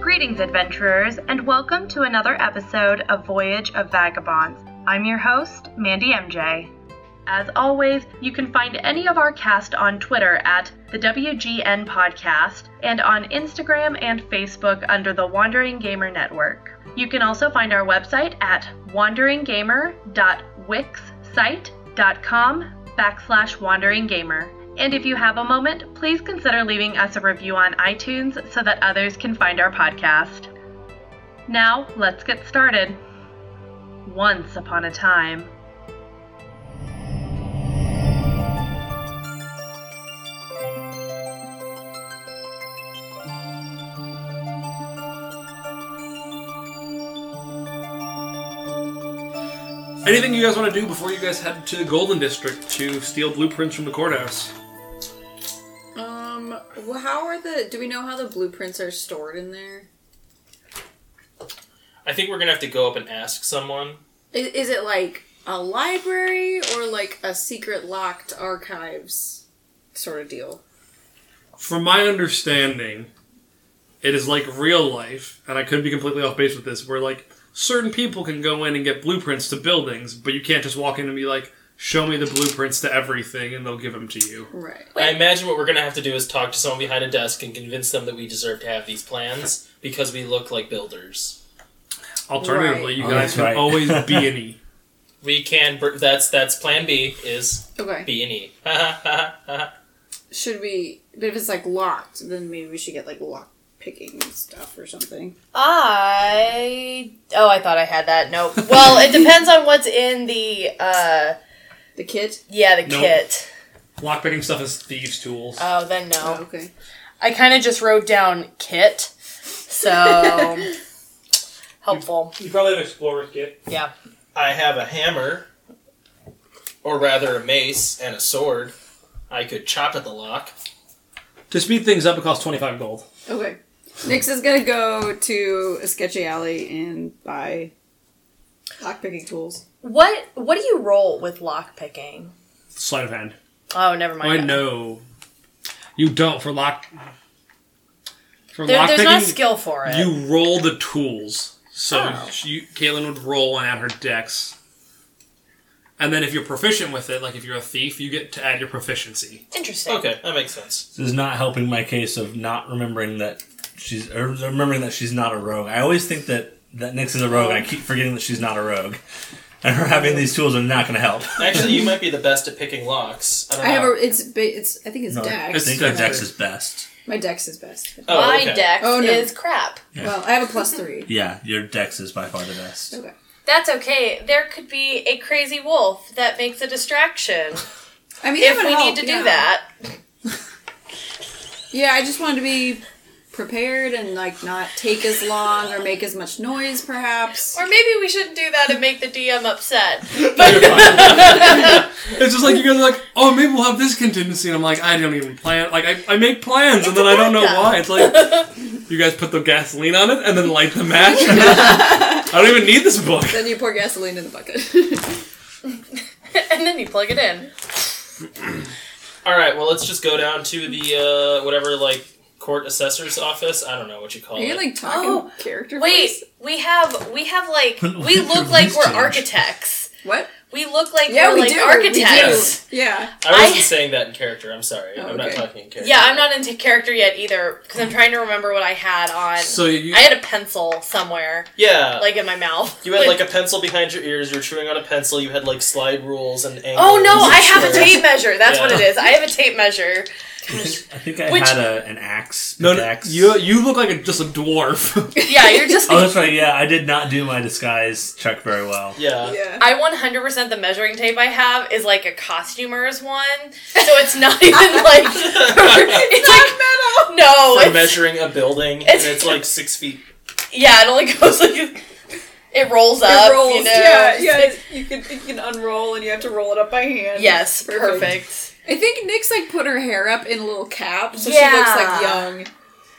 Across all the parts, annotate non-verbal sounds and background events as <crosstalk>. Greetings, adventurers, and welcome to another episode of Voyage of Vagabonds. I'm your host, Mandy MJ. As always, you can find any of our cast on Twitter at the WGN Podcast and on Instagram and Facebook under the Wandering Gamer Network. You can also find our website at wanderinggamer.wixsite.com backslash wanderinggamer. And if you have a moment, please consider leaving us a review on iTunes so that others can find our podcast. Now, let's get started. Once upon a time. Anything you guys want to do before you guys head to the Golden District to steal blueprints from the courthouse? Um, wh- how are the? Do we know how the blueprints are stored in there? I think we're gonna have to go up and ask someone. I- Is, it like a library or like a secret locked archives sort of deal? From my understanding, it is like real life, and I could be completely off base with this, where like certain people can go in and get blueprints to buildings, but you can't just walk in and be like, show me the blueprints to everything, and they'll give them to you. Right. I imagine what we're gonna have to do is talk to someone behind a desk and convince them that we deserve to have these plans <laughs> because we look like builders. Alternatively, Right. you Oh, guys that's can right. always <laughs> be an E. We can. br- That's that's Plan B is Okay. B and E. <laughs> Should we? But if it's like locked, then maybe we should get like lock picking stuff or something. I oh I thought I had that. Nope. Well, it depends on what's in the uh The kit. yeah the Nope. kit. Lockpicking stuff is thieves' tools. Oh, then no. Oh, okay. I kind of just wrote down kit, so helpful. You probably have explorer's kit. Yeah. I have a hammer, or rather a mace and a sword. I could chop at the lock. To speed things up, it costs 25 gold. Okay. Nix is gonna go to a sketchy alley and buy lock picking tools. What what do you roll with lock picking? Sleight of hand. Oh, never I mind. know. You don't for lock. For There, there's not lockpicking- skill for it. You roll the tools. So Oh. she, Kaylin would roll and add her dex. And then if you're proficient with it, like if you're a thief, you get to add your proficiency. Interesting. Okay, that makes <laughs> sense. This is not helping my case of not remembering that she's or remembering that she's not a rogue. I always think that that Nyx is a rogue, and I keep forgetting that she's not a rogue. <laughs> And her having these tools are not going to help. Actually, you might be the best at picking locks. I don't I know. have a. It's. ba- It's. I think it's No, I Dex. think her Dex is best. My Dex is best. Oh, My okay. dex Oh, no. is crap. Well, I have a plus three. Yeah, your Dex is by far the best. Okay. That's okay. There could be a crazy wolf that makes a distraction I mean, if would we help, need to do yeah. that. Yeah, I just wanted to be prepared and like not take as long or make as much noise, perhaps. Or maybe we shouldn't do that and make the DM upset. It's just like you guys are like, oh, maybe we'll have this contingency. And I'm like, I don't even plan. Like, I, I make plans and It's a then I don't know backup. why. It's like, you guys put the gasoline on it and then light the <laughs> match. And I'm like, I don't even need this book. Then you pour gasoline in the bucket. <laughs> <laughs> and then you plug it in. All right. Well, let's just go down to the uh, whatever like court assessor's office. I don't know what you call Are you it. like talking Oh, character? Wait, voice? we have we have like we Your look like voice we're changed. architects. what? We look like Yeah, we're we like do. architects. We do. Yeah. I wasn't I- saying that in character. I'm sorry. Oh, I'm not okay. talking in character. Yeah, I'm not into character yet either because I'm trying to remember what I had on. So you, I had a pencil somewhere, Yeah. like in my mouth. you had like a pencil behind your ears. You were chewing on a pencil. You had like slide rules and angles. <laughs> Oh no, and I have a squares. tape measure. That's what Yeah. it is. I have a tape measure. <laughs> I think I, think I Which- had a, an axe. no, no, pickaxe. you, you look like a, just a dwarf. <laughs> Yeah, you're just. <laughs> Oh, that's right. Yeah, I did not do my disguise check very well. Yeah. <laughs> <laughs> Yeah. I 100% the measuring tape I have is like a costumer's one, so it's not <laughs> even like <laughs> it's like metal. No, For it's, measuring a building, it's- and it's like six feet. yeah, it only <laughs> goes like it rolls up. it rolls. you know? Yeah, yeah. You can you can unroll and you have to roll it up by hand. Yes, Perfect. perfect. I think Nick's like put her hair up in a little cap, so she Yeah. looks like young,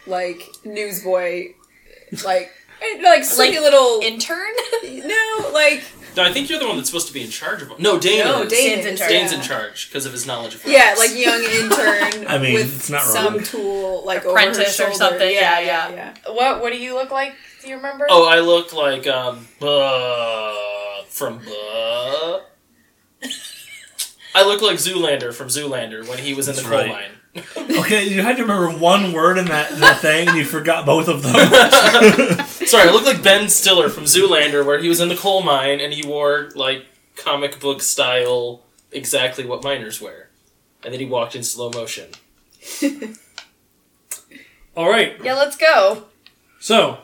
like newsboy, like and, like sleepy little Intern. <laughs> no like No, I think you're the one that's supposed to be in charge of. No, Dane. No, is. Dane Dane's in is, charge. Dane's yeah. in charge because of his knowledge of. Yeah, robots. like <laughs> young intern. I mean, with it's not some wrong. tool like over her Apprentice or shoulder. something, Yeah, yeah, yeah, yeah. yeah. What What do you look like? Do you remember? Oh, I look like um uh, from uh, <laughs> I look like Zoolander from Zoolander when he was in That's the coal right. mine. Okay, you had to remember one word in that, that thing, and you forgot both of <laughs> them. Sorry, I look like Ben Stiller from Zoolander where he was in the coal mine and he wore like comic book style exactly what miners wear. And then he walked in slow motion. All right. Yeah, let's go. So,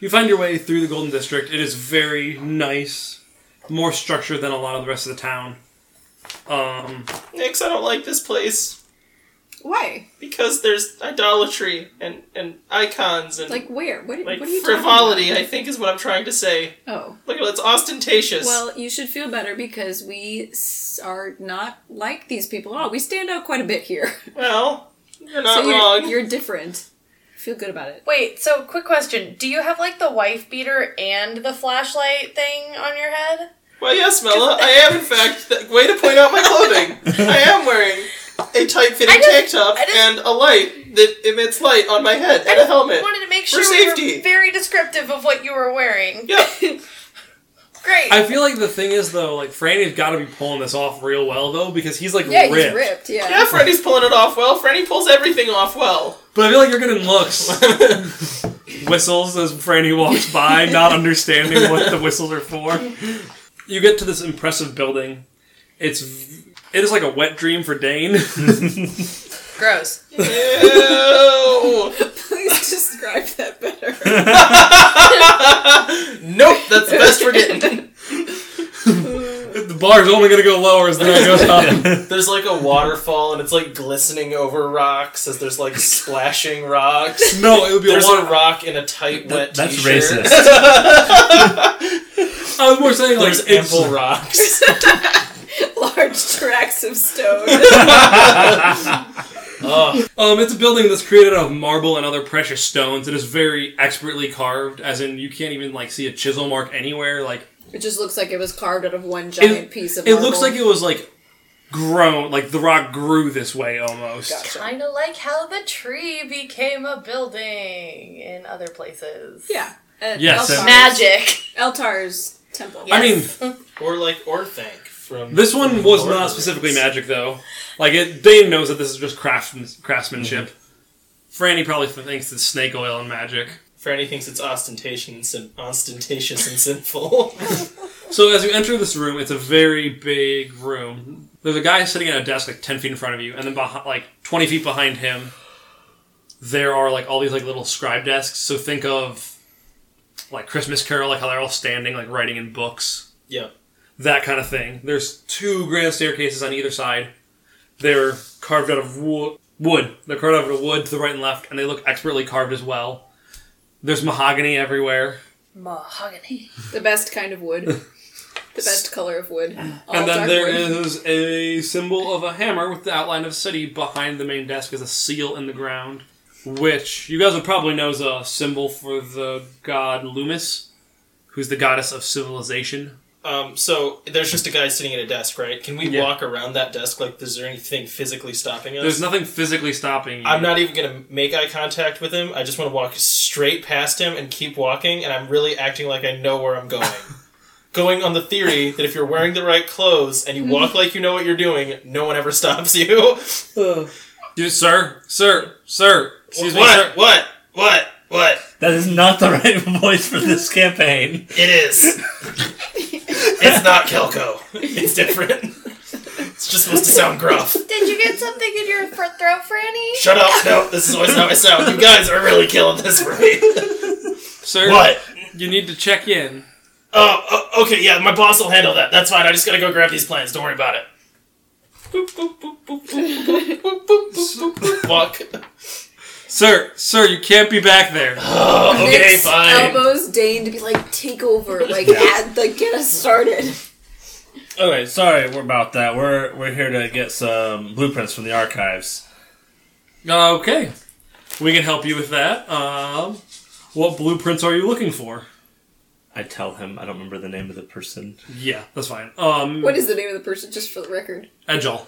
you find your way through the Golden District. It is very nice, more structured than a lot of the rest of the town. Um, Nix, I don't like this place Why? because there's idolatry and, and icons and Like where? What, like, what are you talking frivolity, about? I think is what I'm trying to say. Oh. Look, it's ostentatious. Well, you should feel better because we s- are not like these people at all. We stand out quite a bit here. <laughs> Well, you're not so you're, wrong. you're different. Feel good about it. Wait. So, quick question: Do you have like the wife beater and the flashlight thing on your head? Well, yes, Mella, I am in fact. Th- way to point out my clothing. I <laughs> am wearing a I tight-fitting just- tank top I just- and a light that emits light on my head and a helmet. I wanted to make For sure we safety. were very descriptive of what you were wearing. Yeah, <laughs> Great. I feel like the thing is though, like Franny's got to be pulling this off real well though, because he's like Yeah, ripped. he's ripped. Yeah. yeah, Freddy's pulling it off well. Freddy pulls everything off well. But I feel like you're getting looks, <laughs> whistles as Franny <laughs> walks by, not understanding what the whistles are for. You get to this impressive building. It's v- it is like a wet dream for <laughs> Dane. <laughs> Gross. Ew. <laughs> <laughs> Please describe that better. <laughs> nope, that's the best we're getting. the bar's only gonna go lower as the night goes <laughs> on. <laughs> There's like a waterfall and it's like glistening over rocks as there's like splashing <laughs> rocks. No, it would be There's a lot. a rock in a tight, wet <laughs> that's t-shirt. racist. I was more saying like There's it's, ample rocks. Large tracks <laughs> of stone. um, it's a building that's created out of marble and other precious stones. It is very expertly carved, as in you can't even like see a chisel mark anywhere. Like It just looks like it was carved out of one giant piece of. it looks marble. like it was like grown, like the rock grew this way almost. Gotcha. Kind of like how the tree became a building in other places. Yeah. At Yes, Eltar's, Magic. Eltar's temple. I mean, or like Orthanc from This one was Lord of not the specifically Rings. magic, though. Like it, Dane knows that this is just craftsman, craftsmanship. Franny probably thinks it's snake oil and magic. Franny thinks it's ostentatious and ostentatious and sinful. <laughs> So as you enter this room, it's a very big room. There's a guy sitting at a desk like ten feet in front of you, and then behind, like twenty feet behind him, there are like all these like little scribe desks. So think of like Christmas Carol, like how they're all standing, like writing in books. yeah. that kind of thing. There's two grand staircases on either side. They're carved out of wo- wood. They're carved out of wood to the right and left, and they look expertly carved as well. There's mahogany everywhere. Mahogany. the best kind <laughs> of wood. The best color of wood. All and then dark there wood. is a symbol of a hammer with the outline of a city behind the main desk as a seal in the ground, which you guys would probably know is a symbol for the god Loomis, who's the goddess of civilization. Um, so there's just a guy sitting at a desk, right? Can we Yeah. walk around that desk? Like, is there anything physically stopping us? There's nothing physically stopping you. I'm not even gonna make eye contact with him. I just want to walk straight past him and keep walking. And I'm really acting like I know where I'm <laughs> going. going on the theory that if you're wearing the right clothes and <laughs> you walk like you know what you're doing, no one ever stops you. Dude, sir, sir, sir. Excuse me, sir. what? What? What? What? that is not the <laughs> right voice for this campaign. It is. it's not Kelko. It's different. It's just supposed to sound gruff. Did you get something in your fr- throat, Franny? Shut up. No, this is always how I sound. You guys are really killing this right. Sir, What? You need to check in. Oh, oh, okay, yeah, my boss will handle that. That's fine. I just gotta go grab these plans. Don't worry about it. Boop, boop, boop, boop, boop, boop, boop, boop, boop, boop, boop. Walk. Sir, sir, you can't be back there. Oh, okay, Nick's fine. Elbows Dane to be like <laughs> take over, like add, like get us started. Okay, sorry about that. We're we're here to get some blueprints from the archives. Okay. We can help you with that. Um, what blueprints are you looking for? I tell him I don't remember the name of the person. Yeah, that's fine. Um, What is the name of the person, just for the record? Edgel.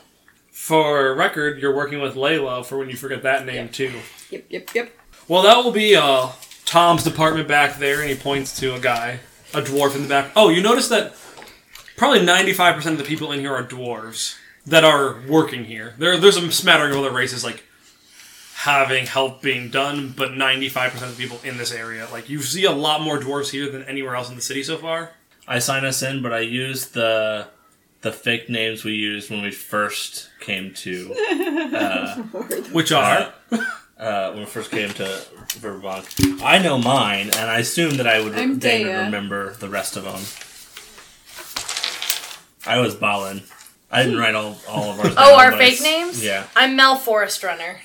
For record, you're working with Layla for when you forget that name too. Yep, yep, yep. Well, that will be uh, Tom's department back there, and he points to a guy, a dwarf in the back. Oh, you notice that probably 95% of the people in here are dwarves that are working here. There, there's a smattering of other races, like having help being done, but 95% of the people in this area, like you see a lot more dwarves here than anywhere else in the city so far. I sign us in, but I use the the fake names we used when we first came to <laughs> Which are uh, when we first came to Riverbond. I know mine, and I assume that I would I'm Dane would Daya. remember the rest of them. I was Balin. I <laughs> didn't write all, all of ours. Oh, down, our but I fake s- names? Yeah. I'm Mel Forest Runner.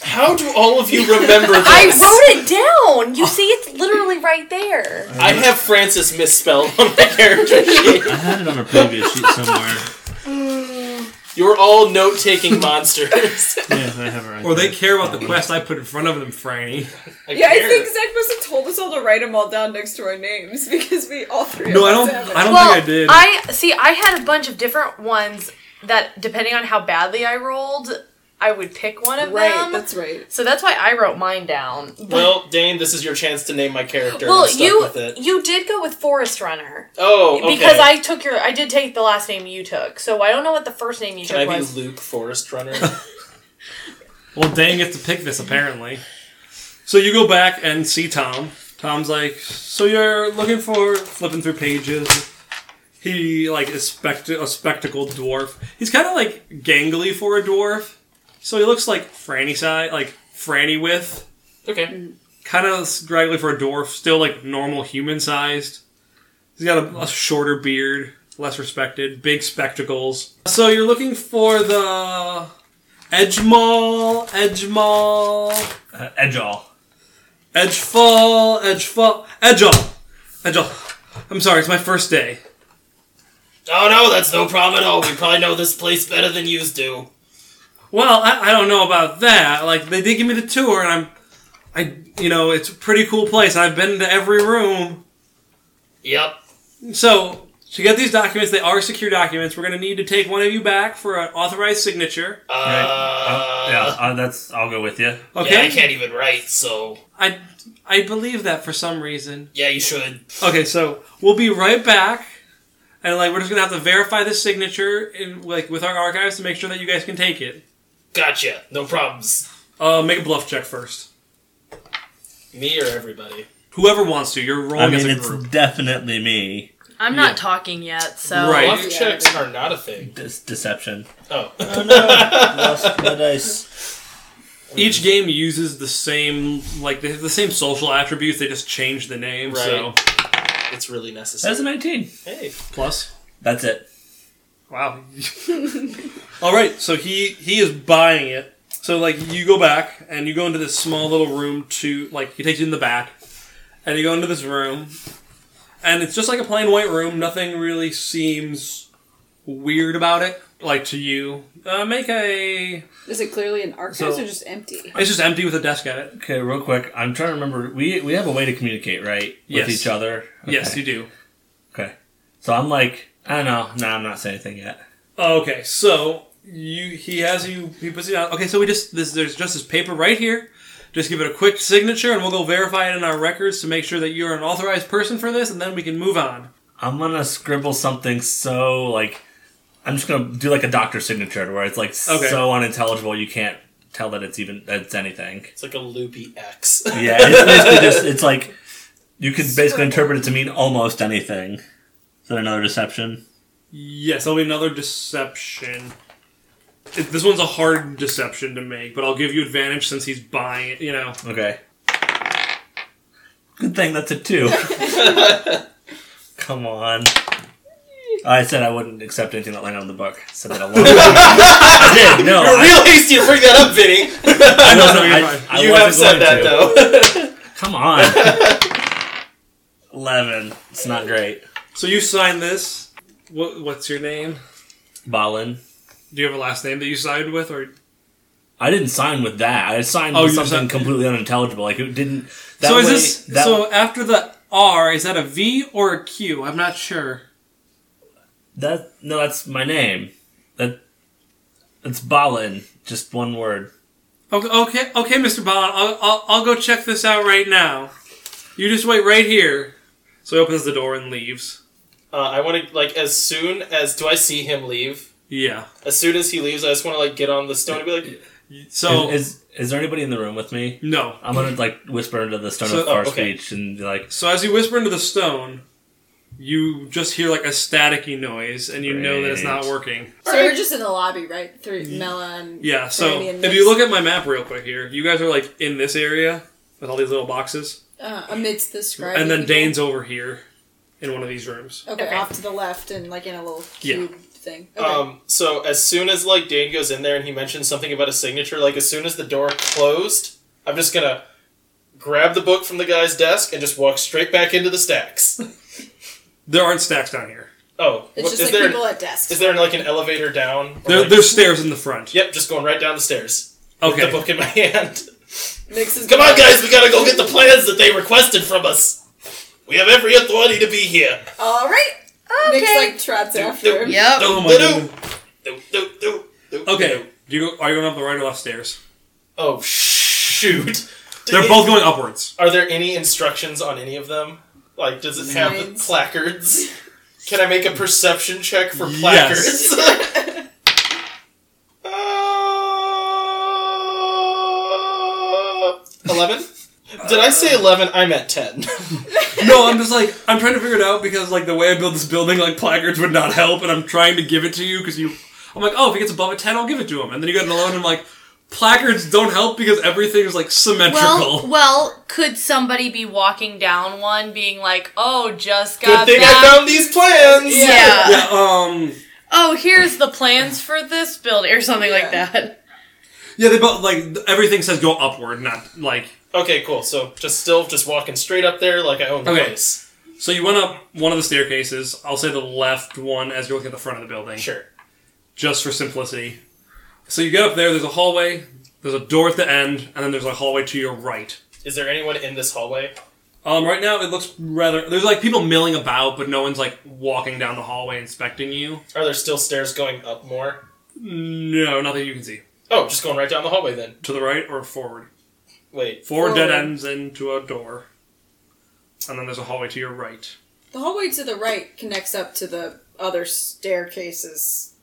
How do all of you remember this? I wrote it down. You see, it's literally right there. I have Francis misspelled on my character sheet. I had it on a previous sheet somewhere. You're all note-taking monsters. Yeah, I have it right or they there. care about the quest I put in front of them, Franny. Yeah, I think Zach must have told us all to write them all down next to our names <laughs> because we all three. No, of I us don't. have it. I don't think I did. I see. I had a bunch of different ones that, depending on how badly I rolled, I would pick one of Right, them. that's right. so that's why I wrote mine down. Well, Dane, this is your chance to name my character. I'm Well, stuck you with it. you did go with Forest Runner Oh, okay. because I took your I did take the last name you took. So I don't know what the first name you Can I took be was. Luke Forest <laughs> Runner? Well, Dan gets to pick this apparently. So you go back and see Tom. Tom's like, so you're looking for flipping through pages. He like is spect- a spectacled dwarf. He's kind of like gangly for a dwarf, so he looks like Franny size, like Franny with, okay. Mm. kind of scraggly for a dwarf. Still like normal human sized. He's got a, a shorter beard, less respected, big spectacles. So you're looking for the Edgemall, Edgemall. Uh, Edgeall. Edgefall, Edgefall, Edgel, Edgel. I'm sorry, it's my first day. Oh no, that's no problem at all. We probably know this place better than yous do. Well, I, I don't know about that. Like they did give me the tour, and I'm, I, you know, it's a pretty cool place. I've been to every room. Yep. So to get these documents, they are secure documents. We're gonna need to take one of you back for an authorized signature. Uh, Right. Uh, yeah, uh, that's. I'll go with you. Okay. Yeah, I can't even write, so I, I believe that for some reason. yeah, you should. Okay, so we'll be right back, and like we're just gonna have to verify the signature in like with our archives to make sure that you guys can take it. Gotcha. No problems. Uh, make a bluff check first. Me or everybody? Whoever wants to, you're rolling I mean, as a it's group. definitely me. I'm Yeah. not talking yet, so Right. Bluff Yeah. checks are not a thing. Dis- deception. Oh. <laughs> Lost the dice. Each game uses the same like they have the same social attributes. They just change the name. So it's really necessary. That's a 19. Hey. plus, That's it. wow. All right, so he he is buying it. So like you go back and you go into this small little room to like he takes you in the back, and you go into this room, and it's just like a plain white room. Nothing really seems weird about it. Like to you, uh, make a. Is it clearly an archives So- or just empty? It's just empty with a desk at it. Okay, real quick. I'm trying to remember. We we have a way to communicate, right? Yes. With each other. Yes, Okay. you do. Okay. So I'm like, I don't know. No, I'm not saying anything yet. Okay, so you he has you he puts it out. Okay, so we just this there's just this paper right here. Just give it a quick signature, and we'll go verify it in our records to make sure that you're an authorized person for this, and then we can move on. I'm gonna scribble something so like, I'm just gonna do like a doctor's signature to where it's like Okay. so unintelligible you can't tell that it's even that it's anything. It's like a loopy X. <laughs> Yeah, it's basically just it's like you could basically interpret it to mean almost anything. Is that another deception? Yes, that'll be another deception. It, this one's a hard deception to make, but I'll give you advantage since he's buying it. You know, Okay. Good thing that's <laughs> a two. Come on. I said I wouldn't accept anything that landed on the book. I said <laughs> that a lot. I did. No, You're I, real hasty to bring that up, Vinny. I know. no, no, you're I- fine. <laughs> I you wasn't have said going that to. though. <laughs> Come on. Eleven. It's not great. So you sign this. What, what's your name? Balin. Do you have a last name that you signed with, or I didn't sign with that. I signed Oh, with you something signed- completely unintelligible. Like it didn't. That so? Is way- this that- so? After the R. Is that a V or a Q? I'm not sure. That no, that's my name. That it's Balin. Just one word. Okay, okay, okay, Mr. Bond. I'll, I'll, I'll go check this out right now. You just wait right here. So he opens the door and leaves. Uh, I want to like as soon as do I see him leave? Yeah. As soon as he leaves, I just want to like get on the stone and be like, So is, is is there anybody in the room with me? no. I'm gonna like whisper into the stone So- of our oh, okay. speech and be like, So as you whisper into the stone, you just hear like a staticky noise, and you know that it's not Great. working. So we're just in the lobby, right? Through Mela and Yeah. So Brandy and if you Mix. look at my map real quick here, you guys are like in this area with all these little boxes, uh, amidst the scribe, and then Dane's over here in one of these rooms. Okay, Okay. off to the left and like in a little Yeah. cube thing. Okay. um. So as soon as like Dane goes in there and he mentions something about a signature, like as soon as the door closed, I'm just gonna grab the book from the guy's desk and just walk straight back into the <laughs> stacks. There aren't stacks down here. Oh, it's what- just is like there people at desks. is there like an elevator down? Or, There, like- there's stairs in the front. Yep, just going right down the stairs. With the Okay. book in my <laughs> hand. Mix is Come on, guys, we gotta go get the plans that they requested from us. We have every authority to be here. All right. Okay. Mix like trots after him. Yep. Do, Oh my do, goodness. do, do, do, do, Okay. do. Do you are you going up the right or left stairs? Oh shoot. Do They're any- both going upwards. Are there any instructions on any of them? Like, does it have the Signs. placards? Can I make a perception check for Yes. placards? <laughs> Uh, Eleven. Did I say eleven? I meant <laughs> ten. <laughs> No, I'm just like I'm trying to figure it out because like the way I build this building, like placards would not help, and I'm trying to give it to you because you. I'm like, oh, if he gets above a ten, I'll give it to him, and then you got an eleven. I'm like, placards don't help because everything is like Well, symmetrical. well, could somebody be walking down one, being like, "Oh, just Good got thing back." I found these plans. yeah. <laughs> yeah. Um. Oh, here's the plans for this building, or something like Yeah. that. Yeah, they both like everything says go upward, not like. Okay, cool. So just still just walking straight up there like I own the Okay. place. So you went up one of the staircases. I'll say the left one as you're looking at the front of the building. Sure. just for simplicity. So you get up there, there's a hallway, there's a door at the end, and then there's a hallway to your right. Is there anyone in this hallway? Um, right now it looks rather there's like people milling about, but no one's like walking down the hallway inspecting you. Are there still stairs going up more? No, not that you can see. Oh, just going right down the hallway then. To the right or forward. Wait. Forward, dead Forward. ends into a door. And then there's a hallway to your right. The hallway to the right connects up to the other staircases,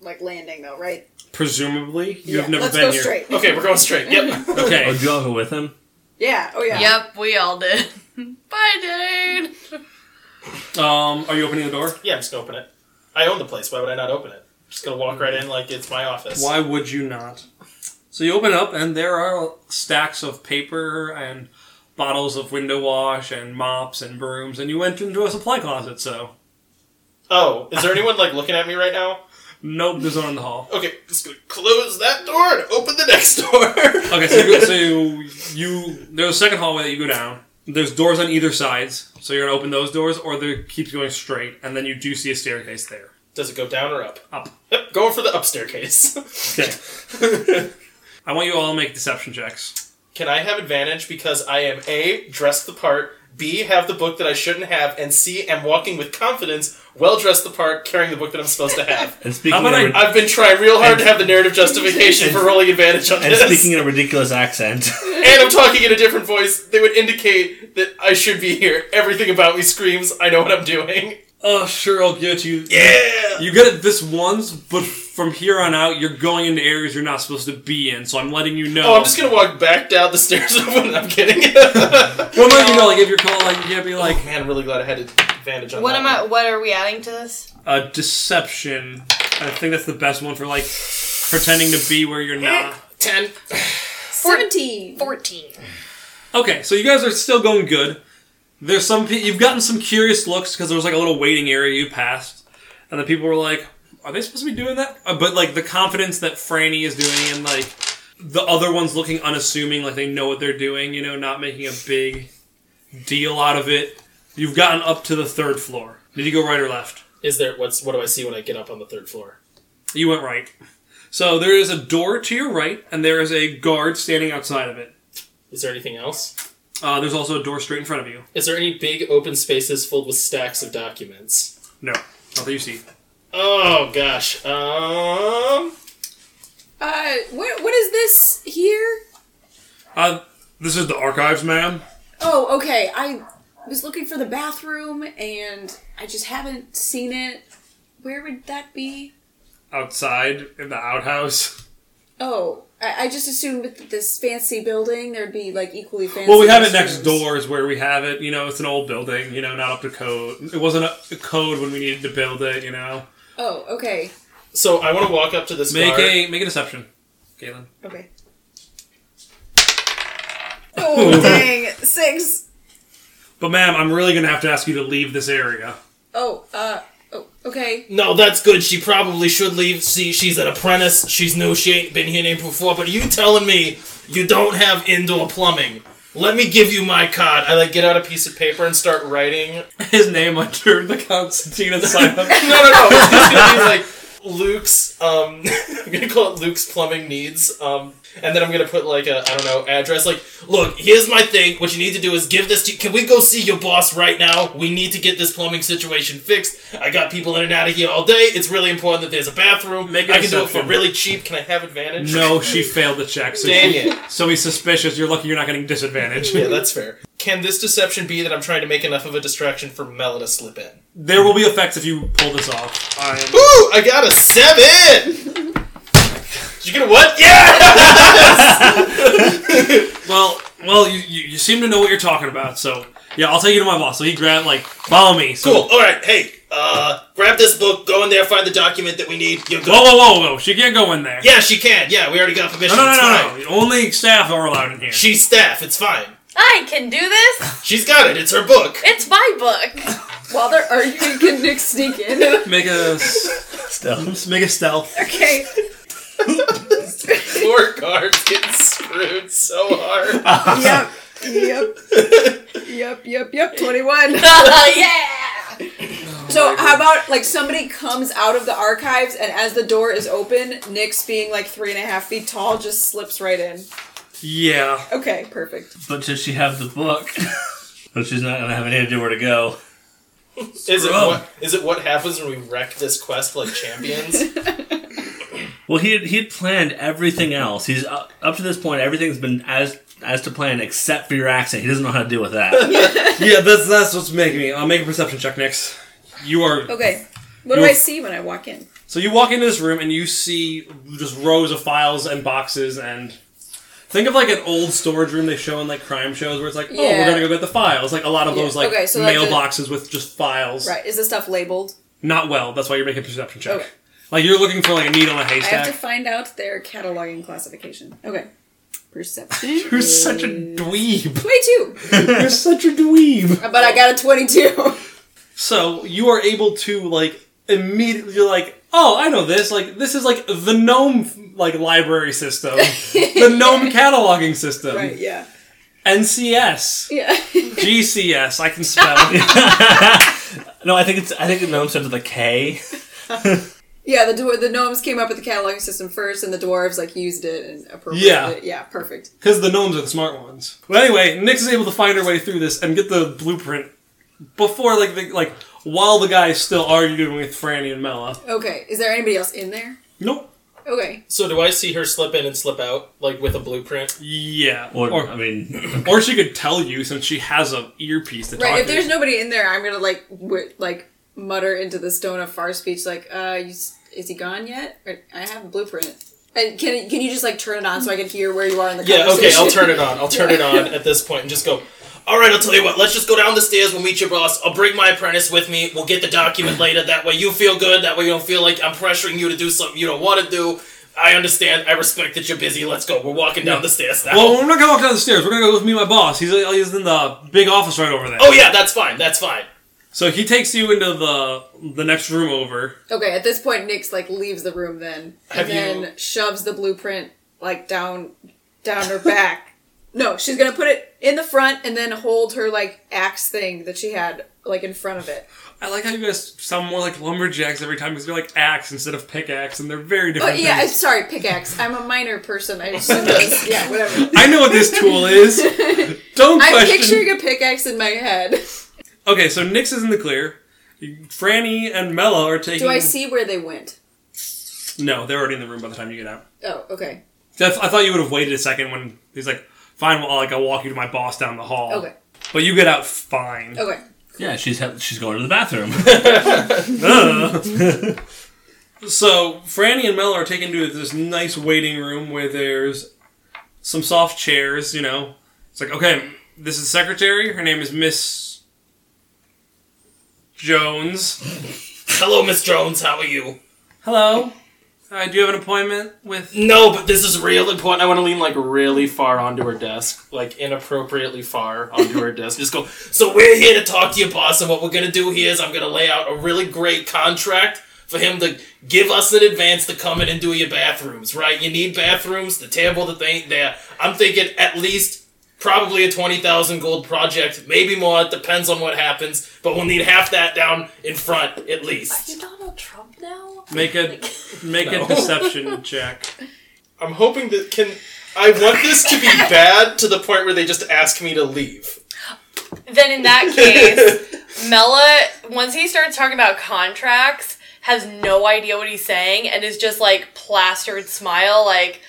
like landing though, right? Presumably, you have Yeah. never Let's been go here. straight. Okay, we're going straight. Yep. <laughs> "Oh, Okay, do you all go with him?" Yeah. Oh yeah. Yep, we all did. <laughs> Bye, Dane. um, are you opening the door? Yeah, I'm just gonna open it. I own the place. Why would I not open it? I'm just gonna walk right in like it's my office. Why would you not? So you open up, and there are stacks of paper and bottles of window wash and mops and brooms, and you went into a supply closet. So Oh, is there anyone like looking at me right now? nope, there's no one in the hall. Okay, just gonna close that door and open the next <laughs> door. Okay, so you, go- so you, you there's a second hallway that you go down. There's doors on either sides, so you're gonna open those doors, or they keep going straight, and then you do see a staircase there. Does it go down or up? Up. Yep, going for the up staircase. <laughs> Okay. I want you all to make deception checks. Can I have advantage because I am A, dressed the part, B, have the book that I shouldn't have, and C, am walking with confidence, well dressed the part, carrying the book that I'm supposed to have. And speaking, How in about a, I- rid- I've been trying real hard to have the narrative justification for rolling advantage on and this. speaking in a ridiculous accent. <laughs> and I'm talking in a different voice, they would indicate that I should be here. Everything about me screams, I know what I'm doing. Oh, sure, I'll give it to you. Yeah! You get it this once, but from here on out, you're going into areas you're not supposed to be in. So I'm letting you know. Oh, I'm just gonna walk back down the stairs <laughs> when I'm kidding. <laughs> Well, no, you know, like if you're called, like you gotta be like Man, I'm really glad I had advantage on What that am I? one. What are we adding to this? a deception. I think that's the best one for like pretending to be where you're not. Ten. Seventeen. Fourteen. Okay, so you guys are still going good. There's some pe- you've gotten some curious looks because there was like a little waiting area you passed, and the people were like, "Are they supposed to be doing that?" Uh, But like the confidence that Franny is doing, it and like the other ones looking unassuming, like they know what they're doing, you know, not making a big deal out of it. You've gotten up to the third floor. Did you go right or left? Is there what's what do I see when I get up on the third floor? You went right. So there is a door to your right, and there is a guard standing outside of it. Is there anything else? Uh, there's also a door straight in front of you. Is there any big open spaces filled with stacks of documents? No, not that you see. Oh gosh. Um. Uh, what what is this here? Uh, this is the archives, ma'am. Oh, okay. I was looking for the bathroom and I just haven't seen it. Where would that be? Outside in the outhouse. Oh, I, I just assumed with this fancy building there'd be like equally fancy. Well, we have it next restrooms. door is where we have it. You know, it's an old building. You know, not up to code. It wasn't up to code when we needed to build it. You know, Oh, okay. So I want to walk up to this make guard. a make a deception, Galen. <laughs> Okay. Oh, dang. Six. But ma'am, I'm really gonna have to ask you to leave this area. Oh, uh, oh, okay. No, that's good. She probably should leave. See, she's an apprentice. She's new. She ain't been here before. But you telling me you don't have indoor plumbing? Let me give you my card. I like get out a piece of paper and start writing. His name under the Constantina sign up. <laughs> No, no, no. It's just gonna be like Luke's. Um, <laughs> I'm gonna call it Luke's plumbing needs. Um, and then I'm gonna put like a I don't know address. Like, look, here's my thing. What you need to do is give this. to Can we go see your boss right now? We need to get this plumbing situation fixed. I got people in and out of here all day. It's really important that there's a bathroom. Make an I can do it for exception. really cheap. Can I have advantage? No, <laughs> she failed the check. So Dang she- it. So he's suspicious. You're lucky you're not getting disadvantage. Yeah, that's fair. Can this deception be that I'm trying to make enough of a distraction for Mela to slip in? There will be effects if you pull this off. I am- Ooh, I got a seven. Did you get a what? Yeah. <laughs> Well, well, you, you, you seem to know what you're talking about. So yeah, I'll take you to my boss. So he grabbed like follow me. So, cool. All right. Hey, uh, grab this book. Go in there. Find the document that we need. You're Whoa, go. whoa, whoa, whoa! She can't go in there. Yeah, she can. Yeah, we already got No, permission. no, no, it's no, fine. no. Only staff are allowed in here. She's staff. It's fine. I can do this. She's got it. It's her book. It's my book. While they're arguing, can Nick sneak in? Make a s- Stealth. make a stealth. <laughs> okay. Poor guard's getting screwed so <laughs> hard. Ah, Yep. Yep. Yep. Yep. Yep. 21. <laughs> <laughs> yeah. So how about like somebody comes out of the archives and as the door is open, Nick's being like three and a half feet tall just slips right in. Yeah. Okay, perfect. But does she have the book? <laughs> but she's not gonna have any idea where to go. Is it Scrub. what? Is it what happens when we wreck this quest like champions? Well, he had, he had planned everything else. He's up, up to this point. Everything's been as as to plan except for your accent. He doesn't know how to deal <laughs> with that. Yeah, that's that's what's making me. I'll make a perception check next. You are Okay. What do You- I see when I walk in? so you walk into this room and you see just rows of files and boxes and think of like an old storage room they show in like crime shows where it's like, oh, Yeah. we're gonna go get the files. Like a lot of Yeah. those like Okay, so that's a- mailboxes with just files. Right. Is the stuff labeled? Not well. That's why you're making a perception check. Okay. Like you're looking for like a needle in a I have haystack. to find out their cataloging classification. Okay. Perception. You're such a dweeb. 22. You're such a dweeb. But I got a 22. So you are able to like immediately. You're like, oh, I know this. Like this is like the gnome like library system, <laughs> the gnome cataloging system, <laughs> right, yeah. NCS, Yeah. GCS. I can spell. no, I think it's I think the gnome starts with a K. <laughs> yeah, the dwar- the gnomes came up with the cataloging system first and the dwarves like used it and appropriated Yeah. it. Yeah, perfect. Because the gnomes are the smart ones. But anyway, Nyx is able to find her way through this and get the blueprint before, like, the, like while the guy's still arguing with Franny and Mella. Okay. Is there anybody else in there? Nope. Okay. So do I see her slip in and slip out like with a blueprint? Yeah. Or, Or, or, I mean, she could tell you since she has a earpiece to talk Right. If to. there's nobody in there, I'm gonna like w- like mutter into the stone of far speech like, uh, you, s- is he gone yet? Or, I have a blueprint. And can can you just like turn it on so I can hear where you are in the Yeah, okay, conversation? I'll turn it on. I'll turn it on at this point and just go. All right, I'll tell you what. Let's just go down the stairs. We'll meet your boss. I'll bring my apprentice with me. We'll get the document later. That way you feel good. That way you don't feel like I'm pressuring you to do something you don't want to do. I understand. I respect that you're busy. Let's go. We're walking down the stairs now. well, we're not Oh, gonna walk down the stairs. We're gonna go with me, and my boss. He's he's in the big office right over there. oh yeah, that's fine. That's fine. So he takes you into the the next room over. <laughs> Okay, at this point, Nyx like leaves the room then, and Have you- then shoves the blueprint like down, down her back, <laughs> No, she's gonna put it in the front and then hold her like axe thing that she had like in front of it. I like how you guys sound more like lumberjacks every time because they're like axe instead of pickaxe, and they're very Oh different. yeah, I'm things. sorry, pickaxe. I'm a minor person. I just <laughs> yeah, whatever. I know what this tool <laughs> is. Don't I'm question. picturing a pickaxe in my head. <laughs> Okay, so Nyx is in the clear. Franny and Mella are taking. Do I see where they went? No, they're already in the room by the time you get out. Oh, okay, That's, I thought you would have waited a second when he's like, "Fine, well, like I'll walk you to my boss down the hall." okay, But you get out fine. okay. <laughs> Yeah, she's ha- she's going to the <laughs> bathroom. So Franny and Mel are taken to this nice waiting room where there's some soft chairs. You know, it's like okay, this is the secretary. Her name is Miss Jones. Hello, Miss Jones. How are you? Hello. Uh, do you have an appointment with? No, but this is real important. I want to lean like really far onto her desk, like inappropriately far onto her desk. Just go. So we're here to talk to your boss, and what we're gonna do here is I'm gonna lay out a really great contract for him to give us in advance to come in and do your bathrooms. Right? You need bathrooms. The table that they ain't there. I'm thinking at least. Probably a 20,000 gold project, maybe more, it depends on what happens, but we'll need half that down in front at least. Donald Trump now? Make a make No. a deception check. I'm hoping that can. I want this to be bad to the point where they just ask me to leave. Then in that case, Mela, once he starts talking about contracts, has no idea what he's saying and is just like plastered smile, like,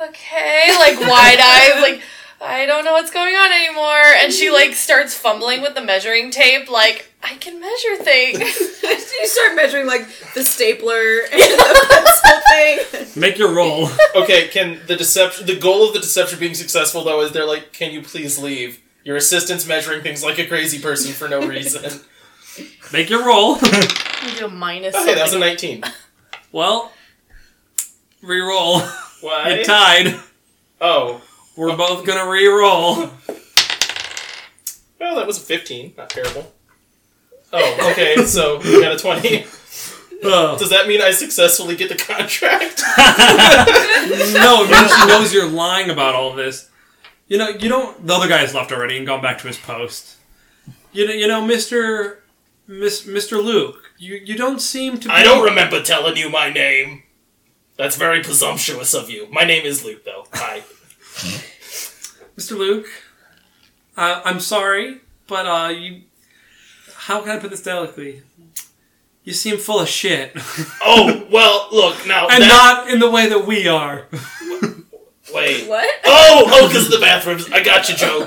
okay, like wide eyes, like, I don't know what's going on anymore. And she like starts fumbling with the measuring tape, like, I can measure things. you start measuring like the stapler and the pencil thing. Make your roll. Okay, can the deception? The goal of the deception being successful though is they're like, "Can you please leave?" Your assistant's measuring things like a crazy person for no reason. Make your roll. You do a minus Okay, that was a something. 19. well, re-roll. Why? You tied. Oh, We're both gonna re-roll. well, that was a 15. Not terrible. Oh, okay, so we got a <laughs> 20. Ugh. Does that mean I successfully get the contract? No, it means she knows you're lying about all this. You know, you don't. The other guy's left already and gone back to his post. You know, you know, Mister, Miss, Mister Luke. You you don't seem to. Be, I don't remember telling you my name. That's very presumptuous of you. My name is Luke, though. Hi. Mister Luke. Uh, I'm sorry, but uh, you. How can I put this delicately? You seem full of shit, <laughs> Oh, well, look, now. and that- not in the way that we are. Wait. What? Oh, oh, because of the bathrooms. I got you, Joe.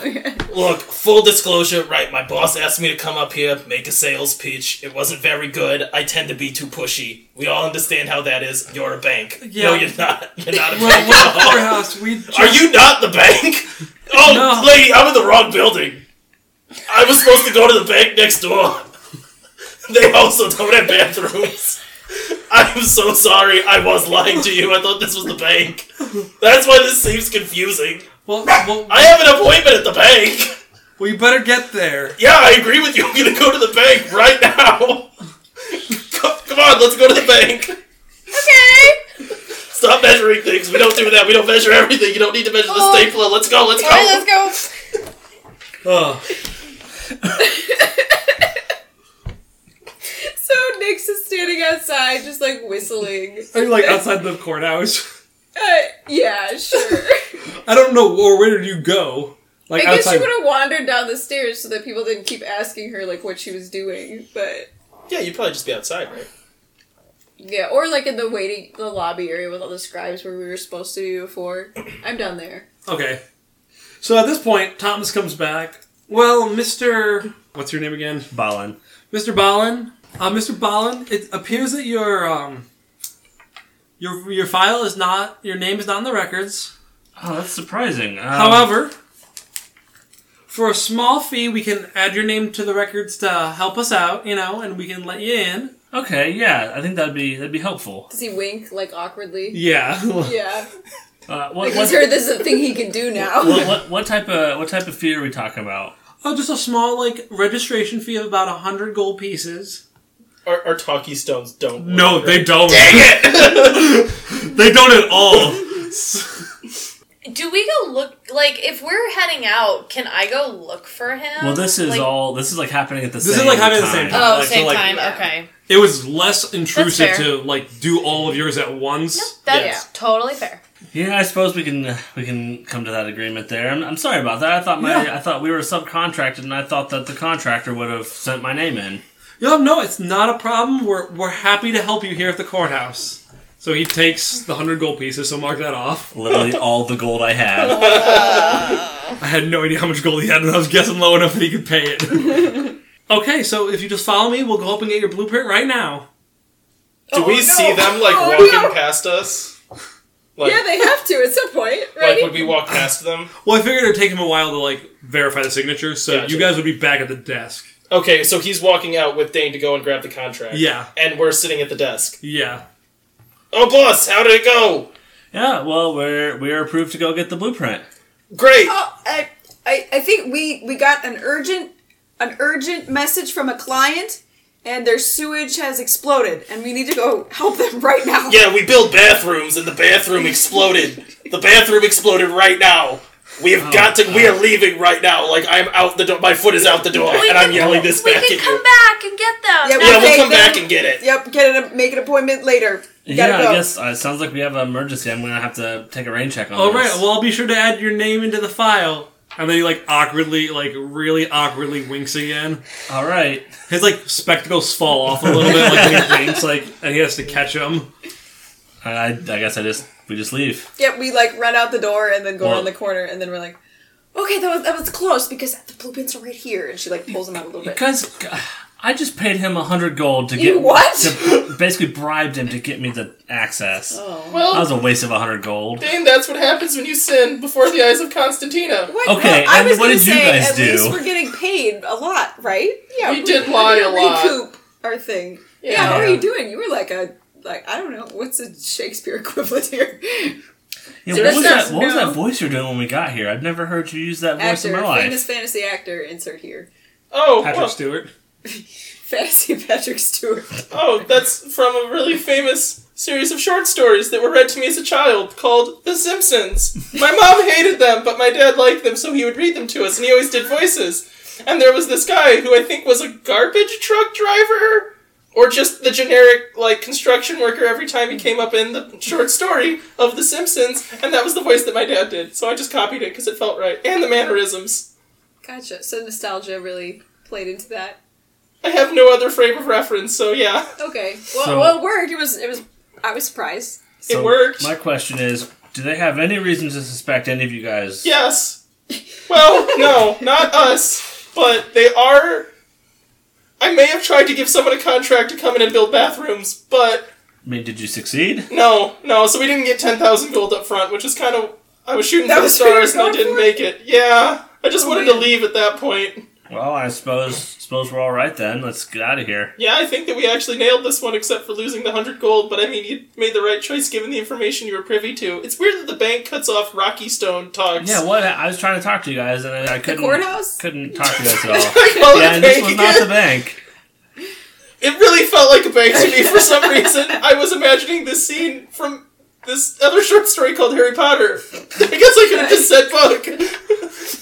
Look, full disclosure, right? My boss asked me to come up here, make a sales pitch. It wasn't very good. I tend to be too pushy. We all understand how that is. You're a bank. No, Yeah. you're not. You're not a Well, bank. we're at at the <laughs> all. courthouse. We Are you not the bank? Oh, No. lady, I'm in the wrong building. I was supposed to go to the bank next door. <laughs> They also don't have bathrooms. <laughs> I'm so sorry. I was lying to you. I thought this was the bank. That's why this seems confusing. Well, well, I have an appointment at the bank. well, you better get there. Yeah, I agree with you. I'm gonna go to the bank right now. <laughs> Co- Come on, let's go to the bank. Okay. Stop measuring things. We don't do that. We don't measure everything. You don't need to measure the Oh. stapler. Let's go. Let's go. All right, let's go. Ugh. So Nyx is standing outside, just like whistling. Are you like outside the courthouse? Uh, yeah, <laughs> sure. I don't know, or where did you go? Like I guess outside. she would have wandered down the stairs so that people didn't keep asking her like what she was doing, but Yeah, you'd probably just be outside, right? yeah, or like in the waiting, the lobby area with all the scribes where we were supposed to be before. I'm down there. okay. So at this point, Thomas comes back. Well, Mister, what's your name again? Balin. Mister Ballin. Uh, Mister Ballin. It appears that your um, your your file is not your name is not in the records. Oh, that's surprising. Um, However, for a small fee, we can add your name to the records to help us out. You know, and we can let you in. okay, yeah, I think that'd be that'd be helpful. Does he wink like awkwardly? Yeah. Yeah, Uh, what, like he's what, heard this is a thing he can do now. what, what what type of what type of fee are we talking about? Oh, just a small like registration fee of about a hundred gold pieces. Our, our talkie stones don't. work, No, <laughs> right? they don't. Dang it! They don't at all. Do we go look like if we're heading out? Can I go look for him? Well, this is Like- all. This is like happening at the same. This is, like, happening at the same time. Oh, like, so, same like- time. Yeah. Okay, It was less fair. intrusive to like do all of yours at once. that's Yes. totally fair. Yeah, I suppose we can we can come to that agreement there. I'm, I'm sorry about that. I thought my I thought we were subcontracted, and I thought that the contractor would have sent my name in. Yo, no, it's not a problem. We're we're happy to help you here at the courthouse. So he takes the hundred gold pieces. So mark that off. <laughs> Literally all the gold I had. I had no idea how much gold he had, and I was guessing low enough that he could pay it. okay, so if you just follow me, we'll go up and get your blueprint right now. Oh, Do we no. see them like Oh, walking no. past us? Like, Yeah, they have to at some point, right? like would we walk past them? Well, I figured it'd take him a while to like verify the signatures, so Gotcha. you guys would be back at the desk. Okay, so he's walking out with Dane to go and grab the contract. Yeah. and we're sitting at the desk. Yeah. Oh, boss, how did it go? yeah, well, we're we're approved to go get the blueprint. Great. Oh, I, I, I think we we got an urgent an urgent message from a client, and their sewage has exploded, and we need to go help them <laughs> right now. Yeah, we build bathrooms, and the bathroom exploded. the bathroom exploded right now. We Oh, have got to. We are leaving right now. Like I'm out the door. My foot is out the door, We and I'm can- yelling this We back can at come you. back and get them. Yeah, That's we- Yeah, we'll Okay, come then- back and get it. Yep. Get an, make an appointment later. You gotta yeah, go. I guess uh, it sounds like we have an emergency. I'm gonna have to take a rain check on. All this. Oh, right. Well, I'll be sure to add your name into the file. And then he like awkwardly, like really awkwardly winks again. all right. His like spectacles fall off a little bit, like when he winks, like, and he has to catch them. I, I I guess I just we just leave. Yeah, we like run out the door and then go Well- around the corner, and then we're like, okay, that was that was close because the blueprints are right here, and she like pulls them out a little bit. Because I just paid him a hundred gold to You get what? To basically bribed him to get me the access. Oh. Well, That was a waste of a hundred gold. Dane, that's what happens when you sin before the eyes of Constantina. What? Okay, I and was what gonna did you say, guys at do? least we're getting paid a lot, right? Yeah, We did lie a lot. Recoup our thing. Yeah. Yeah. what were you doing? You were like a like I don't know what's a Shakespeare <laughs> equivalent here. Yeah, So what that was sounds- that? What was no. that voice you're doing when we got here? I've never heard you use that voice Actor, in my life. famous fantasy actor. Insert here. Oh, Patrick well, Stewart. Fantasy <laughs> Patrick Stewart. oh, that's from a really famous series of short stories that were read to me as a child called The Simpsons. My mom hated them, but my dad liked them, so he would read them to us, and he always did voices. And there was this guy who I think was a garbage truck driver. Or just the generic like construction worker every time he came up in the short story of The Simpsons, and that was the voice that my dad did. So I just copied it because it felt right, and the mannerisms. Gotcha. So nostalgia really played into that. I have no other frame of reference, so yeah. Okay. Well, So- well, it worked. It was. It was. I was surprised. it worked. My question is, do they have any reason to suspect any of you guys? Yes. Well, no, not us, but they are. I may have tried to give someone a contract to come in and build bathrooms, but I mean, did you succeed? no, no, so we didn't get 10,000 gold up front, which is kind of. I was shooting That for the was what you were stars and I going didn't for? make it. Yeah. I just Oh, wanted to man. leave at that point. Well, I suppose suppose we're all right then. Let's get out of here. Yeah, I think that we actually nailed this one except for losing the 100 gold, but I mean, you made the right choice given the information you were privy to. It's weird that the bank cuts off Rocky Stone talks. <laughs> Yeah, what? I was trying to talk to you guys and I, I couldn't. courthouse? Couldn't talk to <laughs> you guys at all. I call it yeah, a and bank this was not again. the bank. It really felt like a bank to me for some reason. I was imagining this scene from this other short story called Harry Potter. I guess I could have just said book.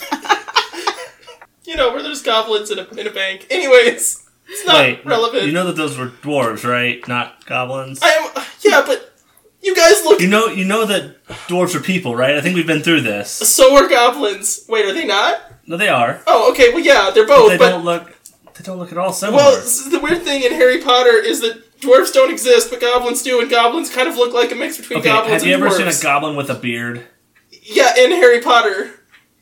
you know, where there's goblins in a, in a bank. Anyways, <laughs> it's not Wait, relevant. You know that those were dwarves, right? Not goblins. I am, yeah, but you guys look. you know, you know that dwarves are people, right? I think we've been through this. So are goblins. Wait, are they not? No, they are. Oh, okay. Well, yeah, they're But both. they but don't look. They don't look at all similar. Well, s- the weird thing in Harry Potter is that dwarves don't exist, but goblins do, and goblins kind of look like a mix between okay, goblins have you and ever dwarves. seen a goblin with a beard? yeah, in Harry Potter.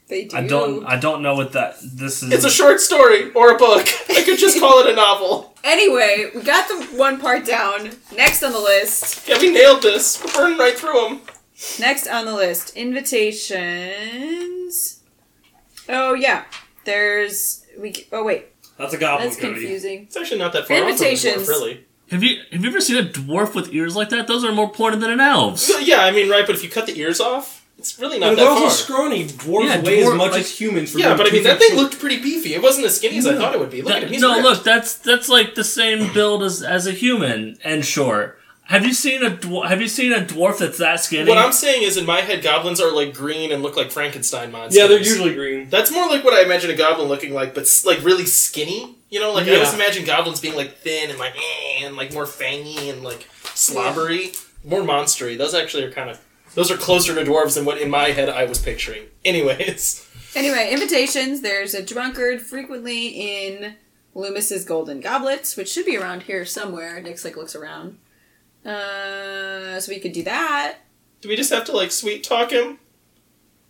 They do. I don't. I don't know what that. This is. It's a short story or a book. I could just call it a novel. Anyway, we got the one part down. Next on the list. Yeah, we nailed this. We're burning right through them. Next on the list. Invitations. Oh yeah. There's we. c- Oh wait. That's a goblin, That's confusing. It's actually not that far off Invitations. from the dwarf, really. Have you have you ever seen a dwarf with ears like that? Those are more pointed than an elf's. So, yeah, I mean, right, but if you cut the ears off, it's really not And that they're also far. scrawny. Dwarves Yeah, weigh dwarf- as much like- as humans. For yeah, being but I two mean, that feet thing short. looked pretty beefy. It wasn't as skinny as I thought it would be. Look at That- him. He's no, ripped. look, that's that's like the same build as as a human and short. Have you seen a dwar- Have you seen a dwarf that's that skinny? What I'm saying is, in my head, goblins are like green and look like Frankenstein monsters. Yeah, they're usually green. That's more like what I imagine a goblin looking like, but s- like really skinny. You know, like I Yeah. always imagine goblins being like thin and like eh, and like more fangy and like slobbery, more monstery. Those actually are kind of those are closer to dwarves than what in my head I was picturing. <laughs> Anyways, Anyway, invitations. There's a drunkard frequently in Loomis's Golden Goblets, which should be around here somewhere. Nick's like looks around. Uh, so we could do that. do we just have to like sweet talk him?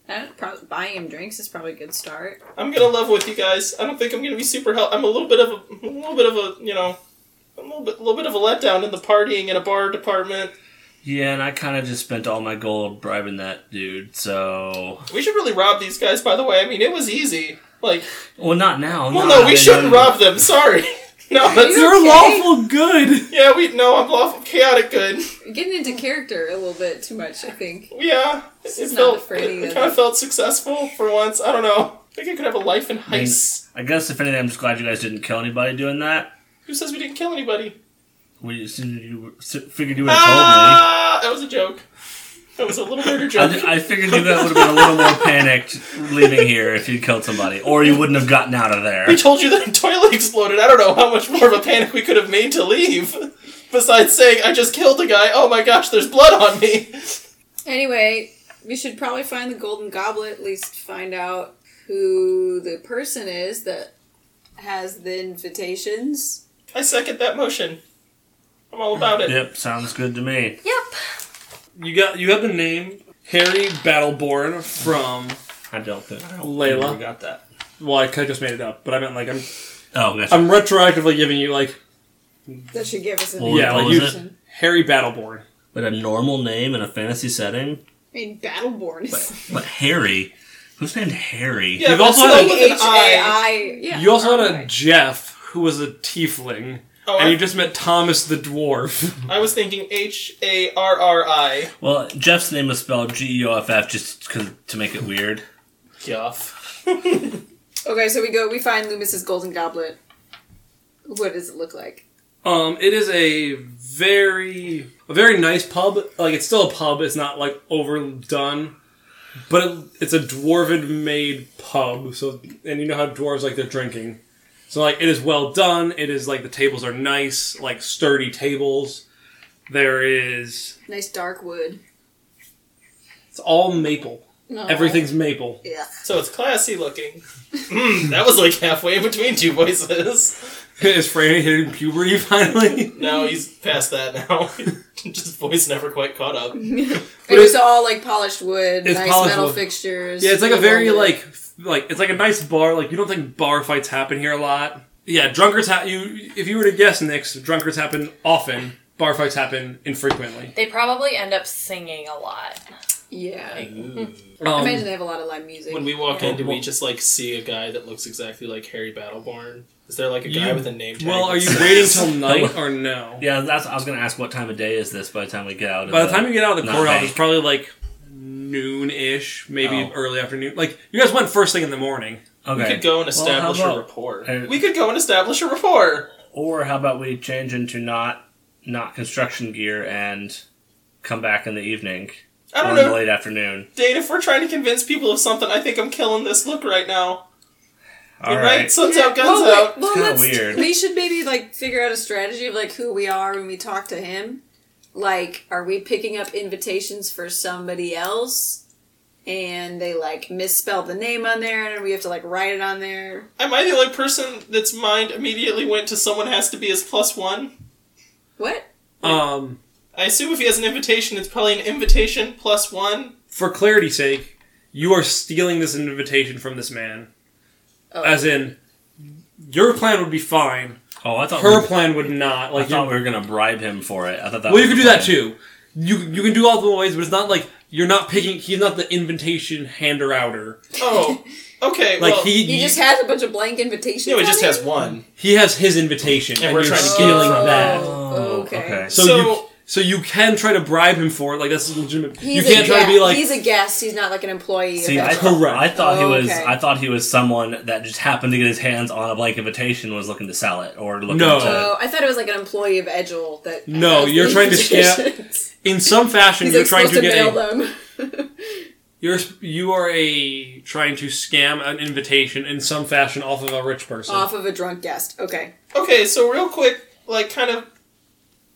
I don't, Uh, pro- buying him drinks is probably a good start. I'm gonna level with you guys. I don't think I'm gonna be super help. I'm a little bit of a, a little bit of a you know, a little bit, little bit of a letdown in the partying in a bar department. yeah, and I kind of just spent all my gold bribing that dude. So, We should really rob these guys. By the way, I mean it was easy. Like, well, not now. well, not no, we in- shouldn't rob <laughs> them. <laughs> Sorry. No, that's They're lawful good. yeah. We no, I'm lawful chaotic good. You're getting into character a little bit too much, I think. Yeah, it, is it not felt it, afraid either. kind of felt successful for once. I don't know. I think I could have a life in I mean, heist. I guess if anything, I'm just glad you guys didn't kill anybody doing that. Who says we didn't kill anybody? We as soon as you s- figured you would have told me. Ah, that was a joke. That was a little murder I, joke. <laughs> ju- I figured you guys would have been a little more panicked leaving here if you'd killed somebody, or you wouldn't have gotten out of there. We told you that a toilet exploded. I don't know how much more of a panic we could have made to leave. Besides saying, I just killed a guy. Oh my gosh, there's blood on me. <laughs> Anyway, we should probably find the Golden Goblet, at least find out who the person is that has the invitations. I second that motion. I'm all about it. Yep, sounds good to me. Yep. You got you have the name Harry Battleborn from I Oh, don't think I don't Layla. think we got that. well, I kinda just made it up, but I meant like I'm Oh, gotcha. I'm retroactively giving you like That should give us an Well, yeah, what like was you it? Harry Battleborn. But a normal name in a fantasy setting. I mean, Battleborn is But Harry, who's named Harry? Yeah, You've but also it's had like a- with an eye. H-A-I. Yeah. You also had a alright. Jeff who was a tiefling. Oh, and I- you just met Thomas the dwarf. I was thinking H A R R I. Well, Jeff's name was spelled G E O F F just 'cause- to make it weird. Guff. Okay, so we go. We find Loomis's Golden Goblet. What does it look like? Um, it is a very a very nice pub. Like it's still a pub. It's not like overdone, but it, it's a dwarven made pub. So and you know how dwarves like their drinking. So like it is well done. It is like the tables are nice, like sturdy tables. There is Nice dark wood. it's all maple. No. Everything's maple. <laughs> Yeah. <laughs> So it's classy looking. Mm, that was like halfway in between two voices. is Franny hitting puberty <laughs> finally? No, he's past that now. <laughs> Just voice never quite <laughs> caught up. It was all like polished wood, It's nice polished metal wood. fixtures. Yeah, it's like a wood very ornament. like f- like it's like a nice bar. Like you don't think bar fights happen here a lot. Yeah, drunkards ha- you if you were to guess, Nick's drunkards happen often. Bar fights happen infrequently. They probably end up singing a lot. yeah. I Um, imagine they have a lot of live music. When we walk in, do we Well- just like see a guy that looks exactly like Harry Battleborn? Is there like a guy You- with a name tag? well, that are you says- waiting <laughs> till night or no? Yeah, that's. I was gonna ask what time of day is this by the time we get out. Of By the time you get out of the Not courthouse, night. it's probably like noon ish, maybe Oh. early afternoon. Like you guys went first thing in the morning. okay. <laughs> We could go and Well, establish how a about- rapport. Uh, we could go and establish a rapport. Or how about we change into not not construction gear and come back in the evening I or don't in know. the late afternoon. Dane, if we're trying to convince people of something, I think I'm killing this look right now. All You're right. right, sun's out, guns well, wait, out. well, kinda let's, weird. We should maybe like figure out a strategy of like who we are when we talk to him. Like, are we picking up invitations for somebody else? And they like misspell the name on there, and we have to like write it on there. Am I the only person that's mind immediately went to someone has to be his plus one? What? Um, I assume if he has an invitation, it's probably an invitation plus one. for clarity's sake, you are stealing this invitation from this man. Oh. As in, your plan would be fine. Oh, I thought we, Her plan would not. I Like, thought you- we were gonna bribe him for it. I thought that. well, you was can the do that plan. too. You you can do all the ways, but it's not like you're not picking. He's not the invitation hander outer. Oh, okay. Like well, he You just has a bunch of blank invitations. no, he on just it? has one. he has his invitation, And and we're you're trying to stealing get it from that. Oh, Okay. okay. So, So- you So you can try to bribe him for it. Like that's legitimate. He's you can't a try to guest. be like he's a guest. He's not like an employee. See, of I, that thought- Correct. I thought he was. Oh, Okay. I thought he was someone that just happened to get his hands on a blank invitation, was looking to sell it or looking No. to. Oh, I thought it was like an employee of Edgel that. No, has you're these trying to scam- positions. in some fashion He's you're like trying supposed to to get mail a <laughs> them. you're you are a trying to scam an invitation in some fashion off of a rich person. off of a drunk guest. Okay. Okay, so real quick, like kind of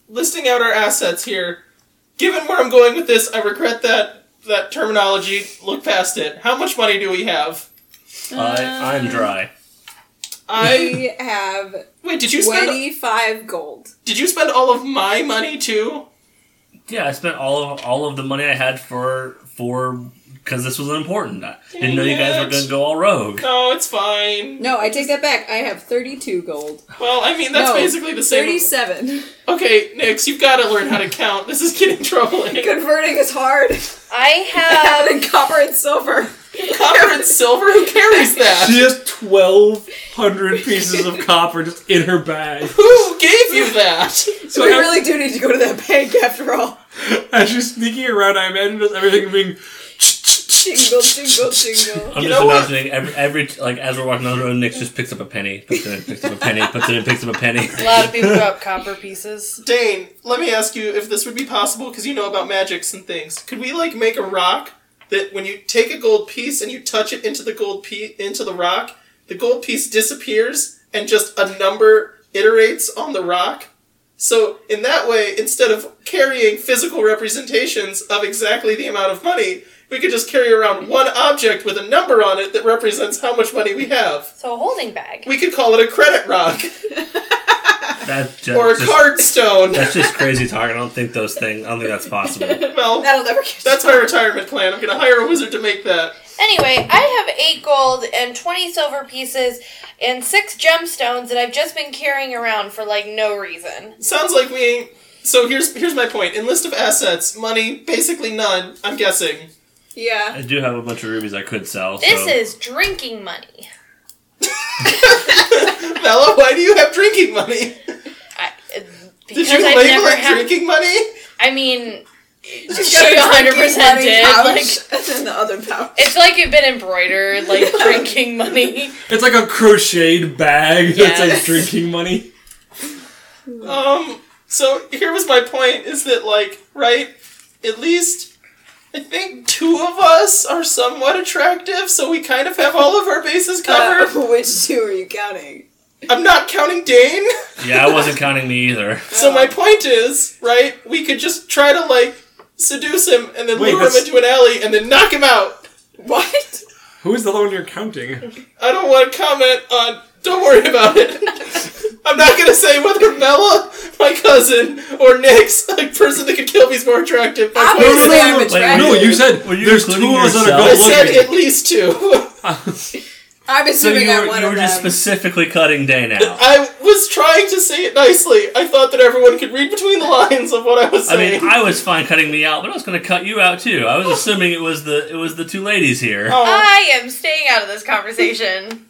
listing out our assets here. Given where I'm going with this, I regret that that terminology. Look past it. How much money do we have? I, I'm dry. <laughs> I We have wait. Did you spend? twenty-five gold. Did you spend all of my money too? Yeah, I spent all of all of the money I had for for because this was important. I didn't know you guys were it. going to go all rogue. No, it's fine. No, I take that back. I have thirty-two gold. Well, I mean that's No, basically the same. Thirty-seven. Okay, Nix, you've got to learn how to count. This is getting troubling. <laughs> <laughs> Converting is hard. I Out in copper and <laughs> silver. Copper and silver. Who <laughs> carries that? She has twelve hundred pieces of copper just in her bag. Who gave you that? So we as- really do need to go to that bank after all. as she's sneaking around, I imagine just everything being Jingle, jingle, jingle. I'm You just know what? imagining every, every like as we're walking down the road, Nick just picks up a penny, puts it in, picks up a penny, puts it in, picks up a penny. have a lot of people got copper pieces. Dane, let me ask you if this would be possible because you know about magics and things. Could we like make a rock that when you take a gold piece and you touch it into the gold piece into the rock, the gold piece disappears and just a number iterates on the rock? So in that way, instead of carrying physical representations of exactly the amount of money, we could just carry around one object with a number on it that represents how much money we have. So a holding bag. We could call it a credit rock That's just, <laughs> or a card stone. that's just crazy talk. I don't think those things. I don't think that's possible. Well, That'll never get. That's my retirement plan. I'm gonna hire a wizard to make that. Anyway, I have eight gold and 20 silver pieces and six gemstones that I've just been carrying around for like no reason. Sounds like we ain't. So here's here's my point. In list of assets, money basically none. I'm guessing. <laughs> yeah. I do have a bunch of rubies I could sell. This so. is drinking money. Bella, why do you have drinking money? I, uh, Did because you I've label never it had. drinking money? I mean, She's she 100% did. Like, and then the other pouch. it's like you've been embroidered, <laughs> like drinking money. it's like a crocheted bag that says Yes. drinking money. Um. So here was my point: is that like right? At least I think two of us are somewhat attractive, so we kind of have all of our bases Uh, covered. which two are you counting? I'm not counting Dane. Yeah, I wasn't counting me either. So my point is, right? We could just try to like seduce him and then Wait, lure him that's- into an alley and then knock him out. What? Who is the one you're counting? I don't want to comment on. Don't worry about it. I'm not gonna say whether Mella, my cousin, or Nix, a person that could kill me, is more attractive. My point Obviously, is- no, I'm no, wait, attracted. No, you said Were you there's two including of us that yourself? I are said good at least two. looking. I'm So assuming you were, I'm one you of were them. just specifically cutting <laughs> Dane out. I was trying to say it nicely. I thought that everyone could read between the lines of what I was I saying. mean, I was fine cutting me out, but I was going to cut you out too. I was assuming it was the it was the two ladies here. Oh, I am staying out of this conversation.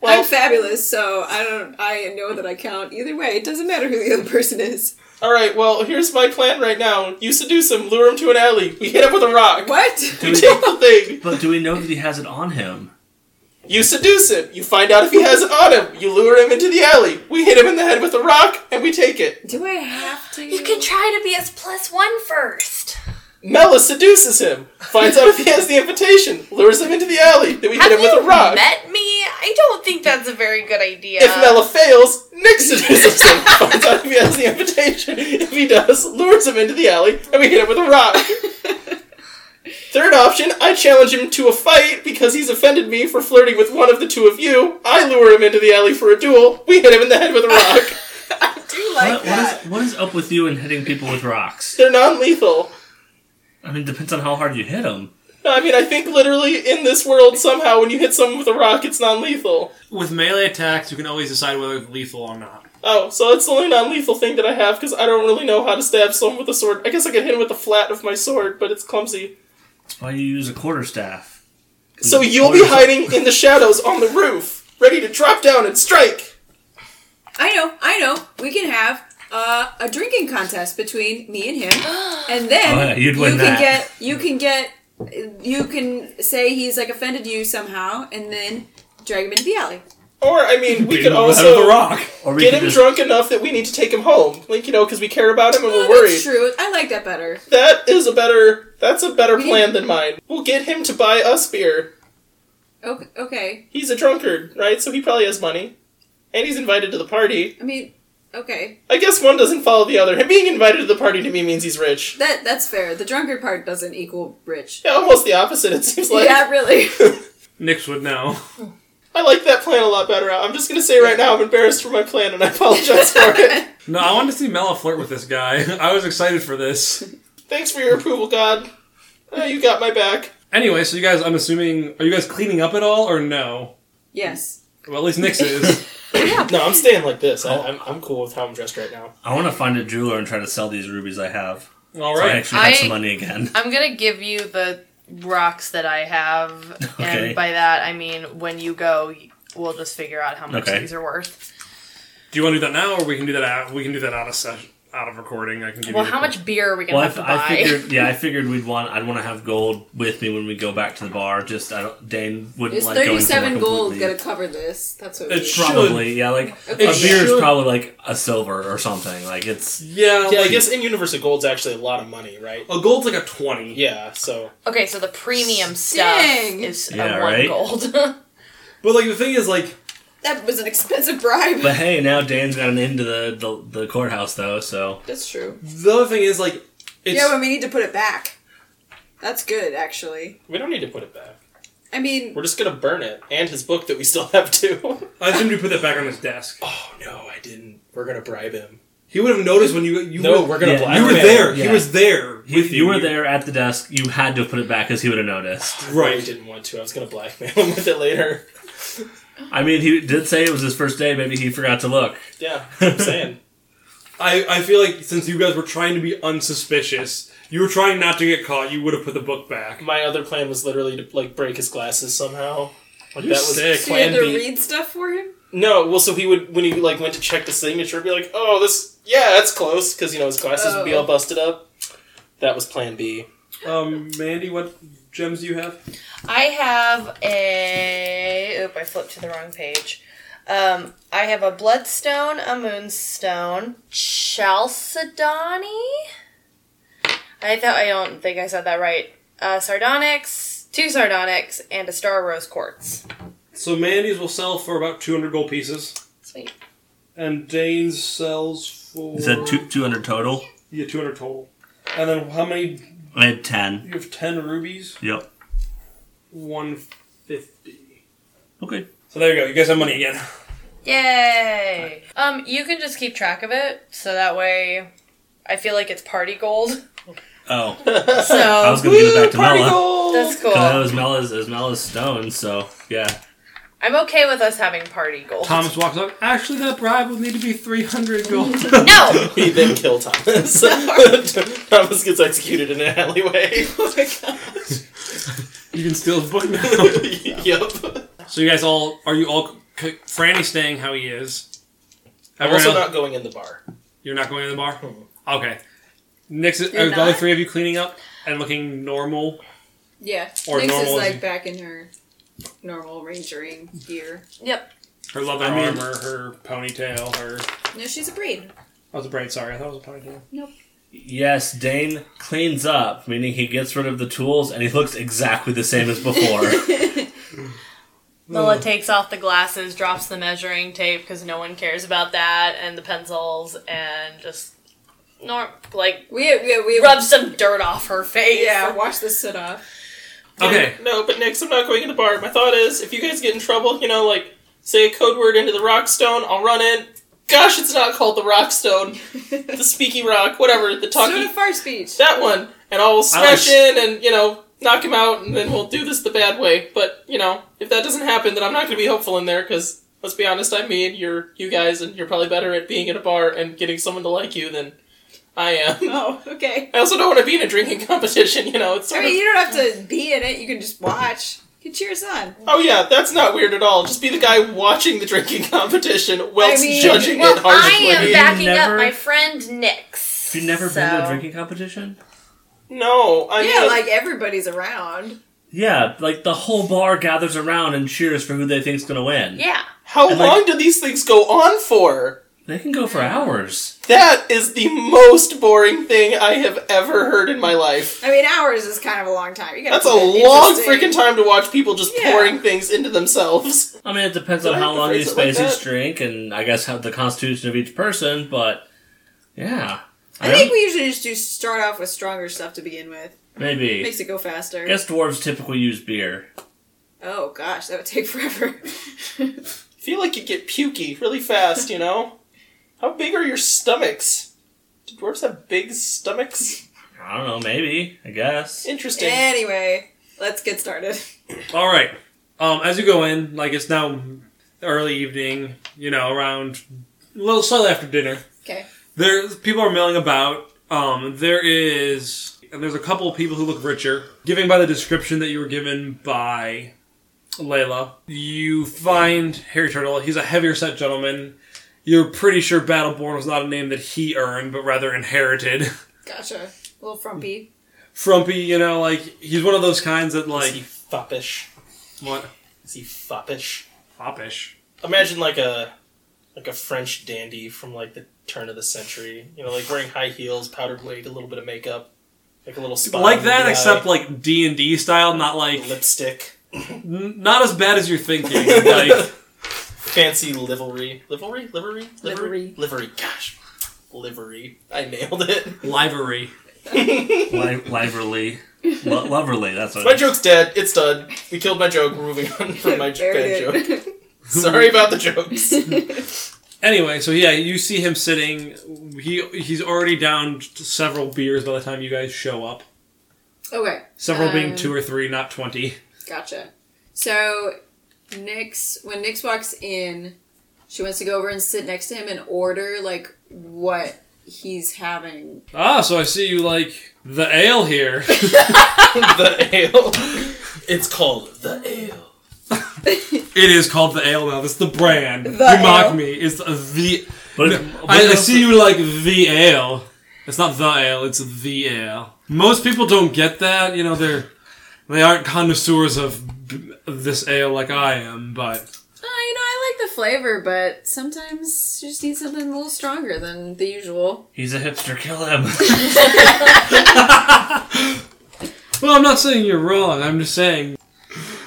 well, I'm fabulous, so I don't. I know that I count either way. It doesn't matter who the other person is. all right. Well, here's my plan right now. You seduce him, lure him to an alley. We hit him with a rock. What? We <laughs> take the thing. But do we know that he has it on him? You seduce him. You find out if he has it on him. You lure him into the alley. We hit him in the head with a rock, and we take it. Do I have to? You can try to be as plus one first. Mella seduces him. Finds out if he has the invitation. Lures him into the alley. Then we Have hit him you with a rock. met me? I don't think that's a very good idea. If Mella fails, Nick seduces <laughs> him. finds out if he has the invitation. If he does, lures him into the alley, and we hit him with a rock. Third option, I challenge him to a fight because he's offended me for flirting with one of the two of you. I lure him into the alley for a duel. We hit him in the head with a rock. I do like What, that. what, is, what is up with you and hitting people with rocks? They're non-lethal. I mean, depends on how hard you hit them. No, I mean, I think literally in this world, somehow when you hit someone with a rock, it's non lethal. With melee attacks, you can always decide whether it's lethal or not. Oh, so that's the only non lethal thing that I have because I don't really know how to stab someone with a sword. I guess I could hit him with the flat of my sword, but it's clumsy. That's why you use a quarterstaff. So Mm, you'll be hiding in the shadows on the roof, ready to drop down and strike! I know. I know. We can have uh, a drinking contest between me and him, and then Oh, yeah, you'd win you can that. get you can get you can say he's like offended you somehow, and then drag him into the alley. Or I mean, we Beat could him with the head of also the rock, or we get could him just- drunk enough that we need to take him home, like you know, because we care about him and we're Oh, worried. That's true. I like that better. That is a better. That's a better We plan than mine. We'll get him to buy us beer. Okay, okay. He's a drunkard, right? So he probably has money, and he's invited to the party. I mean, okay. I guess one doesn't follow the other. Him being invited to the party to me means he's rich. That that's fair. The drunkard part doesn't equal rich. Yeah, almost the opposite. It seems like. yeah, really. Nix would know. I like that plan a lot better. I'm just gonna say right now, I'm embarrassed for my plan, and I apologize <laughs> for it. No, I wanted to see Mela flirt with this guy. <laughs> I was excited for this. Thanks for your approval, God. Uh, you got my back. Anyway, so you guys, I'm assuming, are you guys cleaning up at all or no? yes. Well, at least Nix <laughs> is. No, I'm staying like this. I, I'm, I'm cool with how I'm dressed right now. I want to find a jeweler and try to sell these rubies I have. all So I right. actually have I- some money again. I'm gonna give you the rocks that I have, Okay. and by that I mean when you go, we'll just figure out how much Okay. these are worth. Do you want to do that now, or we can do that? Out, we can do that out of session, out of recording. I can give Well, you. the- how much beer are we <laughs> gonna Well, I, have to I buy? figured, yeah, I figured we'd want, I'd want to have gold with me when we go back to the bar. Just, I don't, Dane wouldn't Is like going somewhere thirty-seven gold completely- gonna cover this? That's what we It's need. should. Probably, yeah, like, a Okay. beer is should. probably like a silver or something. Like, it's, Yeah, Yeah, I like- guess in Universal Gold's actually a lot of money, right? a gold's like a twenty. Yeah, so <laughs> okay, so the premium stuff Dang. is a Yeah, one right? gold. <laughs> But like the thing is, like That was an expensive bribe. but hey, now Dan's got an end to the, the, the courthouse, though, so. That's true. the other thing is, like it's yeah, but we need to put it back. That's good, actually. we don't need to put it back. I mean, We're just gonna burn it and his book that we still have too. <laughs> I assumed you put that back on his desk. oh no, I didn't. We're gonna bribe him. He would have noticed when you you No, were, we're gonna Yeah, blackmail. you were there. He Yeah. was there with If you. you were there at the desk, you had to put it back because he would have noticed. Right, I right? didn't want to. I was gonna blackmail him <laughs> with it later. I mean, he did say it was his first day. Maybe he forgot to look. Yeah, I'm saying. I I feel like since you guys were trying to be unsuspicious, you were trying not to get caught. You would have put the book back. My other plan was literally to like break his glasses somehow. Like You're that was sick. so you had plan to B. read stuff for him. No, well, so he would when he like went to check the signature, be like, "Oh, this, yeah, that's close," because you know his glasses would be Oh. all busted up. That was Plan B. Um, Mandy, what gems do you have? I have a. Oop, I flipped to the wrong page. Um, I have a bloodstone, a moonstone, chalcedony. I thought I don't think I said that right. Uh, sardonyx, two sardonyx, and a star rose quartz. So Mandy's will sell for about two hundred gold pieces, Sweet. and Dane's sells for He said two two hundred total. yeah two hundred total. And then how many? I had ten. You have ten rubies. Yep. One fifty. Okay. So there you go. You guys have money again. Yay! Um, you can just keep track of it, so that way, I feel like it's party <laughs> gold. Oh, I was So gonna give it back to Mela. that's cool. That <laughs> was Mela's, it was Mela's stone. So yeah, I'm okay with us having party gold. Thomas walks up. Actually, that bribe will need to be 300 <laughs> gold. No. <laughs> He then killed Thomas. <laughs> Thomas gets executed in an alleyway. you can steal his book now. <laughs> yep. <laughs> so you guys all, are you all, c- Franny's staying how he is. I'm Everyone also else- not going in the bar. you're not going to the bar? Okay. Nick's, are You're the other not? three of you cleaning up and looking normal? Yeah. Or Nyx normal is is- like back in her normal rangering gear. Yep. Her leather I mean- armor, her ponytail, her. No, she's a breed. That was a braid, sorry. I thought it was a ponytail. yes, Dane cleans up, meaning he gets rid of the tools and he looks exactly the same as <laughs> before. Lila takes off the glasses, drops the measuring tape because no one cares about that, and the pencils, and just norm like We we we rubs some dirt off her face. Yeah, wash the soot off. Okay. No, but Nix, I'm not going in the bar. My thought is, if you guys get in trouble, you know, like say a code word into the rock stone, I'll run in. Gosh, it's not called the rock stone, the speaky rock, whatever, the talkie Soot of far <laughs> speech. that one, and I'll smash like- in and you know knock him out, and then we'll do this the bad way. But you know, if that doesn't happen, then I'm not going to be hopeful in there because let's be honest, I'm me and you're you guys, and you're probably better at being at a bar and getting someone to like you than I am. <laughs> Oh, okay. I also don't want to be in a drinking <laughs> competition. You know, it's I sort mean, of you don't have to be in it. You can just watch. Could cheer us on. Oh yeah, that's not weird at all. Just be the guy watching the drinking <laughs> competition whilst I mean- judging Well, it I harshly. am You backing never- up my friend Nick's. Have you never been to so- a drinking competition? No, I Yeah, mean, like everybody's around. Yeah, like the whole bar gathers around and cheers for who they think's gonna win. Yeah. how and, long like- do these things go on for? They can go for hours. That is the most boring thing I have ever heard in my life. I mean, hours is kind of a long time. You gotta That's a keep it long interesting. freaking time to watch people just Yeah. pouring things into themselves. I mean, it depends Do I on have how to long phrase these it like spaces that? drink, and I guess how the constitution of each person. But yeah, I don't- think we usually just do start off with stronger stuff to begin with. maybe. Makes it go faster. I guess dwarves typically use beer. Oh gosh, that would take forever. <laughs> I feel like you get pukey really fast, you know? How big are your stomachs? Do dwarves have big stomachs? I don't know. Maybe. I <laughs> guess. Interesting. Eh. anyway, let's get started. All right. Um, as you go in, like it's now early evening, you know, around a little slightly after dinner. Okay. There, people are milling about. Um, there is, and there's a couple of people who look richer. Giving by the description that you were given by Layla, you find Harry Turtle. He's a heavier set gentleman. You're pretty sure Battleborn was not a name that he earned, but rather inherited. <laughs> Gotcha. A little frumpy. Frumpy, you know, like he's one of those kinds that Is he like foppish? what Is he foppish? foppish. Imagine like a like a French dandy from like the turn of the century. You know, like wearing high heels, powdered wig, a little bit of makeup, like a little spot like under that, the except eye, like D and D style, not like lipstick, n- not as bad as you're thinking. <laughs> Like fancy livery, livery, livery, livery, Livery. livery. Gosh, livery! I nailed it. livery. Li- <laughs> Liverly. Lo- loverly. That's what. My it is. joke's dead. It's done. We killed my joke. We're moving on Hmm. <laughs> from my j- Buried bad joke. it. Sorry about the jokes. <laughs> Anyway, so yeah, you see him sitting. He he's already down to several beers by the time you guys show up. okay. Several being Um, two or three, not twenty. Gotcha. So, Nyx, when Nyx walks in, she wants to go over and sit next to him and order, like, what he's having. Ah, so I see you like the ale here. the ale. It's called the ale. <laughs> it is called the ale now. That's the brand. you ale. mock me. It's the. But, <laughs> I, I see you like the ale. It's not the ale. It's the ale. Most people don't get that. You know, they're they aren't connoisseurs of b- of this ale like I am. But Oh, you know, I like the flavor, but sometimes you just need something a little stronger than the usual. He's a hipster. Kill him. <laughs> well, I'm not saying you're wrong. I'm just saying.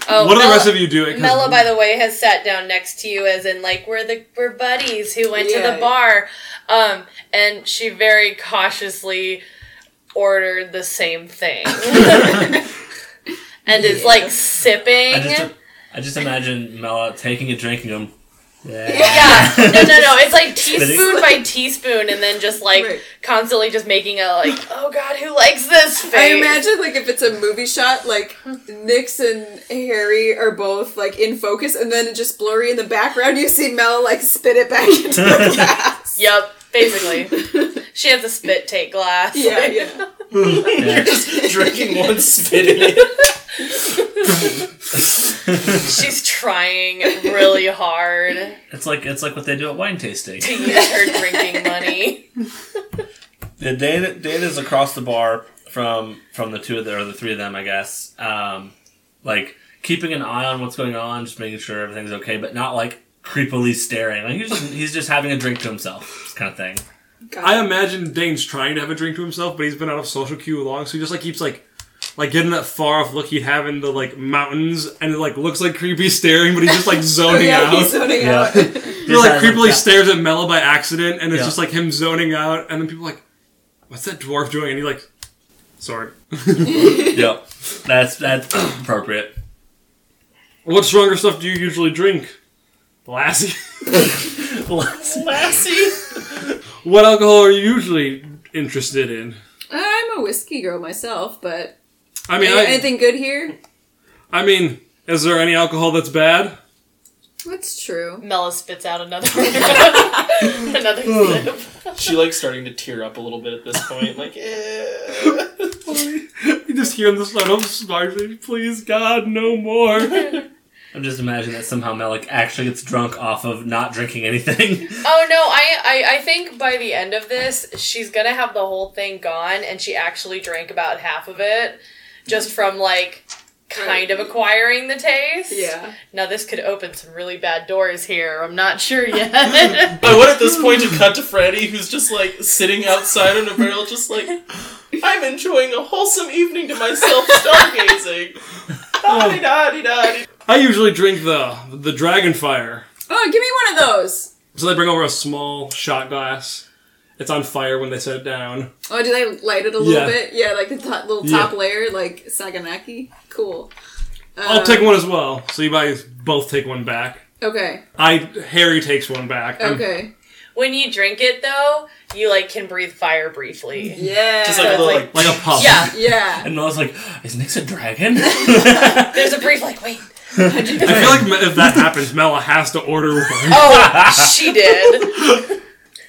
Oh, what do the Mella- rest of you do? It 'cause Mella, by the way, has sat down next to you, as in like we're the we're buddies who went to Yeah. the bar, um, and she very cautiously ordered the <laughs> same thing, and is like sipping. I just, I just imagine Mela taking a drink and going, <laughs> yeah, no, no, no. It's like Spitting. teaspoon by teaspoon, and then just like Right. constantly just making a like, oh god, who likes this face? I imagine, like, if it's a movie shot, like, Nyx and Harry are both, like, in focus, and then just blurry in the background, you see Mel, like, spit it <laughs> back <laughs> into the glass. Yep, basically, <laughs> she has a spit take glass. Yeah, yeah. You're just drinking one spit in <laughs> it. <laughs> She's trying really hard It's like it's like what they do at wine tasting. to use her <laughs> drinking money. Yeah, Dana, Dana's across the bar from from the two of the or the three of them, I guess. Um, like keeping an eye on what's going on, just making sure everything's okay, but not like creepily staring. Like he's just, he's just having a drink to himself, kind of thing. I imagine Dane's trying to have a drink to himself, but he's been out of social cue long, so he just like keeps like like getting that far off look he'd have in the like mountains, and it like looks like creepy staring, but he's just <laughs> like zoning yeah, out. he's zoning Yeah. <laughs> out. He like has, like, creepily that- stares at Mella by accident, and it's Yeah. just like him zoning out, and then people are like, "What's that dwarf doing?" And he like, "Sorry, Yep, that's that's <clears throat> appropriate. what stronger stuff do you usually drink, Lassie? Lassie. <laughs> what alcohol are you usually interested in? I'm a whiskey girl myself, but I mean, Any- I, anything good here? I mean, is there any alcohol that's <laughs> bad? That's true. Mella spits out <laughs> another another sip. She like starting to tear up a little bit at this point. Like, eh. can just hear him this loud. I'm snarling, please, God, no more. I'm just imagining that somehow Malik actually gets drunk off of not drinking anything. <laughs> Oh no, I, I I think by the end of this, she's gonna have the whole thing gone, and she actually drank about half of it, just from like kind of acquiring the taste. Yeah. Now this could open some really bad doors here. I'm not sure <laughs> yet. I would at this point to cut to Freddy, who's just like sitting outside in a barrel, just like I'm enjoying a wholesome evening to myself, stargazing. Da-di-da-di-da-di. I usually drink the the dragon fire. Oh, give me one of those. So they bring over a small shot glass. It's on fire when they set it down. Oh, do they light it a little Yeah. bit? Yeah, like the top, little Yeah. top layer, like Saganaki. Cool. Uh, I'll take one as well. So you guys both take one back. Okay. I Harry takes one back. I'm- Okay. when you drink it though, you like can breathe fire briefly. Yeah. Just like a little like, like a puff. Yeah. yeah. And Mel's like, is Nick's a <laughs> dragon? <laughs> Oh, There's a brief like wait. I feel like me- if that happens, Mela has to order <laughs> one. Oh, she did.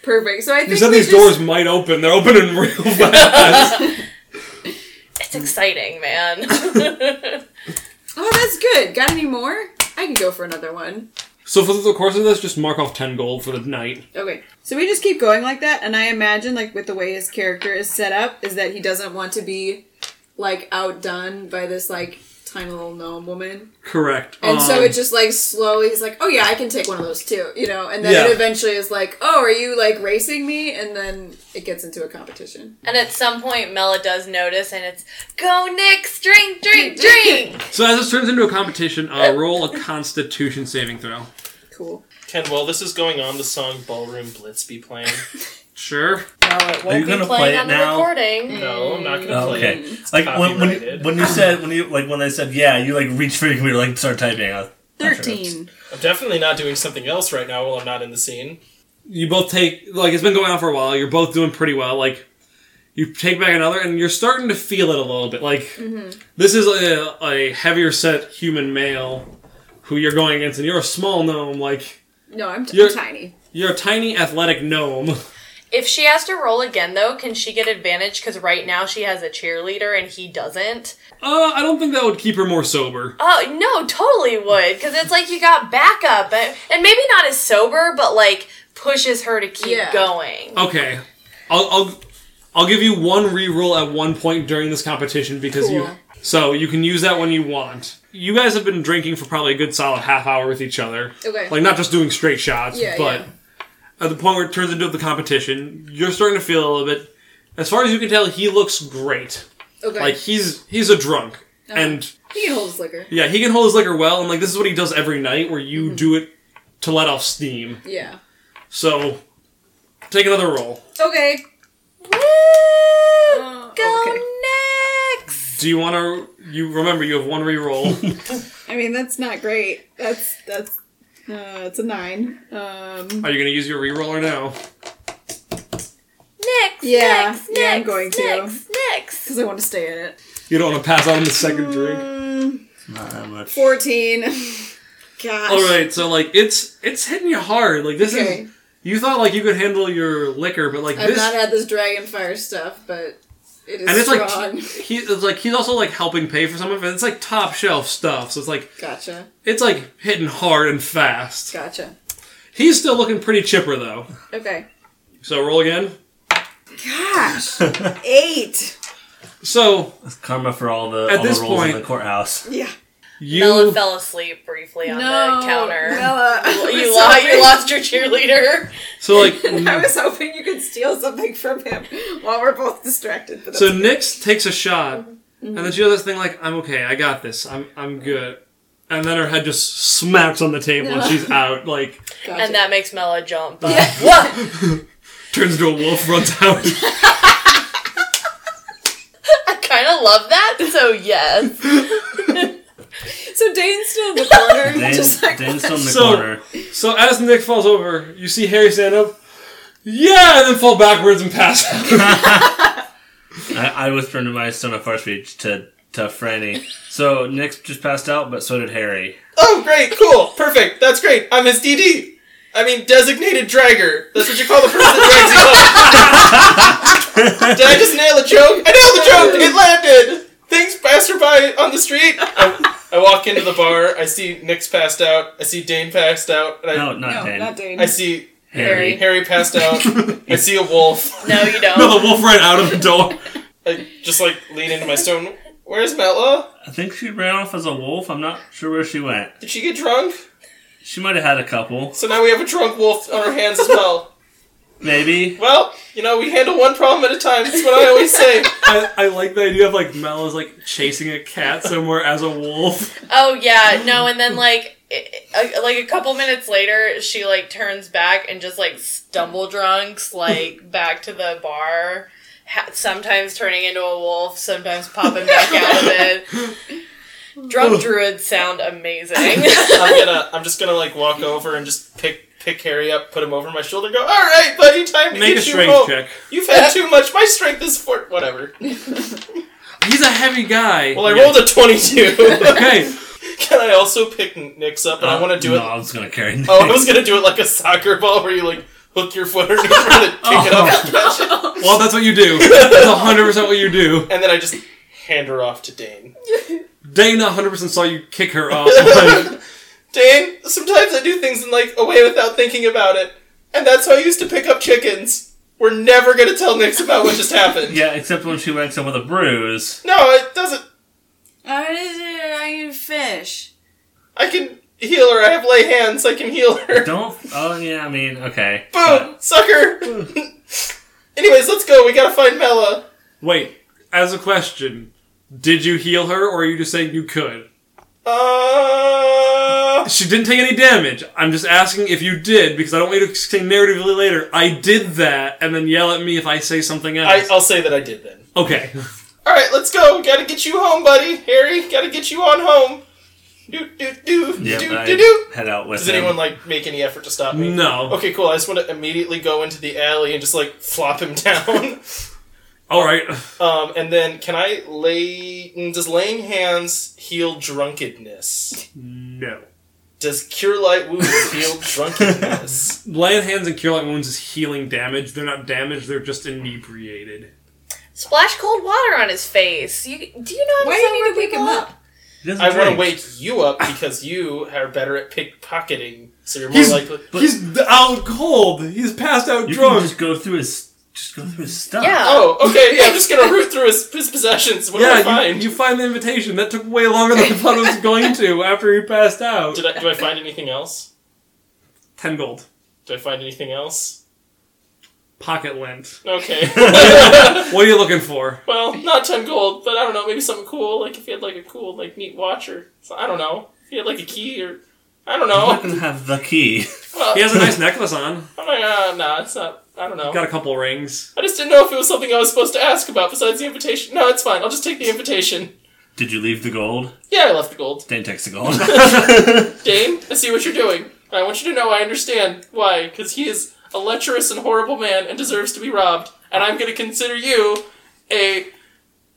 Perfect. So I think You said Oh, we these just- doors might open. They're opening <laughs> real fast. It's exciting, man. <laughs> Oh, that's good. Got any more? I can go for another one. so for the course of this, just mark off ten gold for the night. Okay. So we just keep going like that, and I imagine like with the way his character is set up, is that he doesn't want to be like outdone by this like tiny little gnome woman. Correct. And so Um, it just like slowly he's like, Oh yeah, I can take one of those too, you know, and then it Yeah. eventually is like, Oh, are you like racing me? And then it gets into a competition. And at some point, Mela does notice, and it's go Nix, drink, drink, <laughs> drink. so as this turns into a competition, uh, roll a Constitution saving throw. Cool. Ken, while this is going on, the song Ballroom Blitz be playing. <laughs> Sure. No, it won't you be gonna playing play it on the now? recording. No, I'm not gonna Oh, play okay. it. like when, when, you, copyrighted. when you said when you like when I said yeah, you like reach for your computer like start typing. I was- not sure. Thirteen. I'm definitely not doing something else right now while I'm not in the scene. you both take like it's been going on for a while. You're both doing pretty well. Like you take back another, and you're starting to feel it a little bit. Like this is a, a heavier set human male who you're going against, and you're a small gnome. Like No, I'm, t- I'm You're- tiny. you're a tiny athletic gnome. <laughs> If she has to roll again, though, can she get advantage? Because right now she has a cheerleader and he doesn't. Uh, I don't think that would keep her more sober. Oh no, totally would. Because it's like you got backup, and, and maybe not as sober, but like pushes her to keep Yeah. going. Okay, I'll I'll, I'll give you one reroll at one point during this competition because you. Cool. So you can use that when you want. You guys have been drinking for probably a good solid half hour with each other. Okay. like not just doing straight shots, Yeah, but at the point where it turns into the competition, you're starting to feel a little bit. As far as you can tell, he looks great. okay. Like he's he's a drunk, Uh-huh. and he can hold his liquor. yeah, he can hold his liquor well, and like this is what he does every night, where Mm-hmm. you do it to let off steam. <laughs> Yeah. So take another roll. Okay. Woo! Uh, Go okay. Nix. Do you want to? You remember you have one reroll. I mean, that's not great. That's that's uh, it's a nine. Um, Are you going to use your reroll or no? Nix. Yeah, Nix, yeah, I'm Nix, going to. Nix, Nix. because I want to stay in it. You don't want to pass on the second drink. Mm, Not that much. Fourteen. <laughs> Gosh. All right, so like it's it's hitting you hard. Like this Okay. is you thought like you could handle your liquor, but like I've this not had this dragon fire stuff, but it is and it's strong. like he, it's like he's also like helping pay for some of it. It's like top shelf stuff, so it's like gotcha. it's like hitting hard and fast. Gotcha. He's still looking pretty chipper though. Okay. So roll again. <laughs> Gosh. Eight. So It's karma for all the At all this the rules point- in <laughs> the courthouse. Yeah. you Bella fell asleep briefly on No. the <laughs> counter. Bella. <laughs> You, lost, you lost your cheerleader. so like <laughs> I was hoping you could steal something from him while we're both distracted. But so that's- Nyx takes a shot, and then she does this thing like I'm okay, I got this, I'm I'm good, and then her head just smacks on the table and she's out. Like Gotcha. And that makes Mela jump. Whoa! turns into a wolf, runs out. I kind of love that, so yes. <laughs> so Dane's still in the <laughs> corner, Dan, just like Dan's still in the So- corner. So as Nick falls over, you see Harry stand up, yeah, and then fall backwards and pass out. I, I whispered to my son of far speech to to Franny. So Nick's just passed out, but so did Harry. Oh, great, cool, perfect. That's great. I'm his DD. I mean, designated dragger. That's what you call the person that drags you home. Did I just nail a joke? I nailed the joke. It landed. things passerby on the street. I, I walk into the bar. I see Nick's passed out. I see Dane passed out. And I, No, not Uh, No, Dan. not Dane. I see Harry. Harry passed out. I see a wolf. No, you don't. No, the wolf ran out of the door. I just like lean into my stone. Where's Metla? <laughs> I think she ran off as a wolf. I'm not sure where she went. Did she get drunk? She might have had a couple. So now we have a drunk wolf on our hands as well. Maybe. Well, you know, we handle one problem at a time. That's what I always say. I, I like the idea of like Mel is like chasing a cat <laughs> somewhere as a wolf. Oh yeah, no, and then like, it, uh, like a couple minutes later, she like turns back and just like stumble <laughs> drunks like back to the bar, ha- sometimes turning into a wolf, sometimes popping back out of it. <laughs> Drunk druids sound <laughs> amazing. <laughs> I'm gonna, I'm just gonna like walk over and just pick pick Harry up, put him over my shoulder, and go, "All right, buddy, time to Make a get you strength home. check. You've had too much. My strength is for whatever." He's a heavy guy. Well, I rolled a twenty-two. Okay, <laughs> Can I also pick Nick's up? And I want to do no, it. Uh, I was gonna carry. Nick. Oh, I was gonna do it like a soccer ball, where you like hook your foot <laughs> underneath it and kick it up, well that's what you do. That's hundred percent what you do. and then I just hand her off to Dane. Dana hundred percent saw you kick her off. Like, Dane, sometimes I do things in like a way without thinking about it, and that's how I used to pick up chickens. We're never gonna tell Nick's about what just happened. Yeah, except when she wakes up with a bruise. No, it doesn't. How is it I can fish? I can heal her. I have lay hands. I can heal her. Don't. Oh yeah, I mean, okay. Boom, <laughs> sucker. Anyways, let's go. We gotta find Mella. wait, as a question, did you heal her, or are you just saying you could? <laughs> Uh, She didn't take any damage. I'm just asking if you did because I don't want you to say narratively later. I did that, and then yell at me if I say something I, else. uh, I'll say that I did then. <laughs> okay. All right, let's go. Gotta get you home, buddy. Harry, gotta get you on home. Do do do Yeah, do but do I do. head out with Does him. anyone like make any effort to stop me? No. Okay, cool. I just want to immediately go into the alley and just like flop him <laughs> down. All right. um, and then can I lay? mm, Does laying hands heal drunkenness? No. Does cure <laughs> light wounds heal drunkenness? Laying hands and cure light wounds is healing damage. They're not damaged. They're just inebriated. Splash cold water on his face. You do you know how Why to do you sober need to wake people him up? He doesn't I want to drink. wake you up because you are better at pickpocketing, so you're more He's, likely. he's out cold. He's passed out You drunk. can just go through his. Just go through his stuff. Yeah. Oh, okay. Yeah, I'm just gonna root through his, his possessions. What do I yeah, you, find? you find the invitation. That took way longer than I thought it <laughs> was going to after he passed out. Did I, do I find anything else? Ten gold. Do I find anything else? Pocket lint. <laughs> Okay. What are you looking for? well, not ten gold, but I don't know. Maybe something cool. Like if you had like a cool, like neat watch or so, I don't know. If you had like a key or I don't <laughs> I'm not know. gonna have the key. <laughs> Well, He has a nice necklace on. I'm like, ah, nah, it's not. I don't know. Got a couple rings. I just didn't know if it was something I was supposed to ask about besides the invitation. No, it's fine. I'll just take the invitation. Did you leave the gold? Yeah, I left the gold. Dane takes the gold. <laughs> Dane, I see what you're doing. I want you to know I understand why, because he is a lecherous and horrible man and deserves to be robbed. And I'm going to consider you a,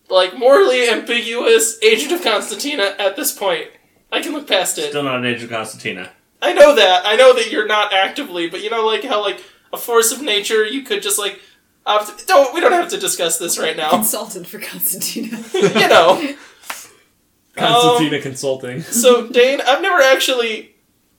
like, morally ambiguous agent of Constantina at this point. I can look past it. Still not an age of Constantina. I know that. I know that you're not actively, but you know, like, how, like, a force of nature, you could just, like, opt- don't, we don't have to discuss this right <laughs> now. Consultant for Constantina. you know. Constantina Consulting. So, Dane, I've never actually.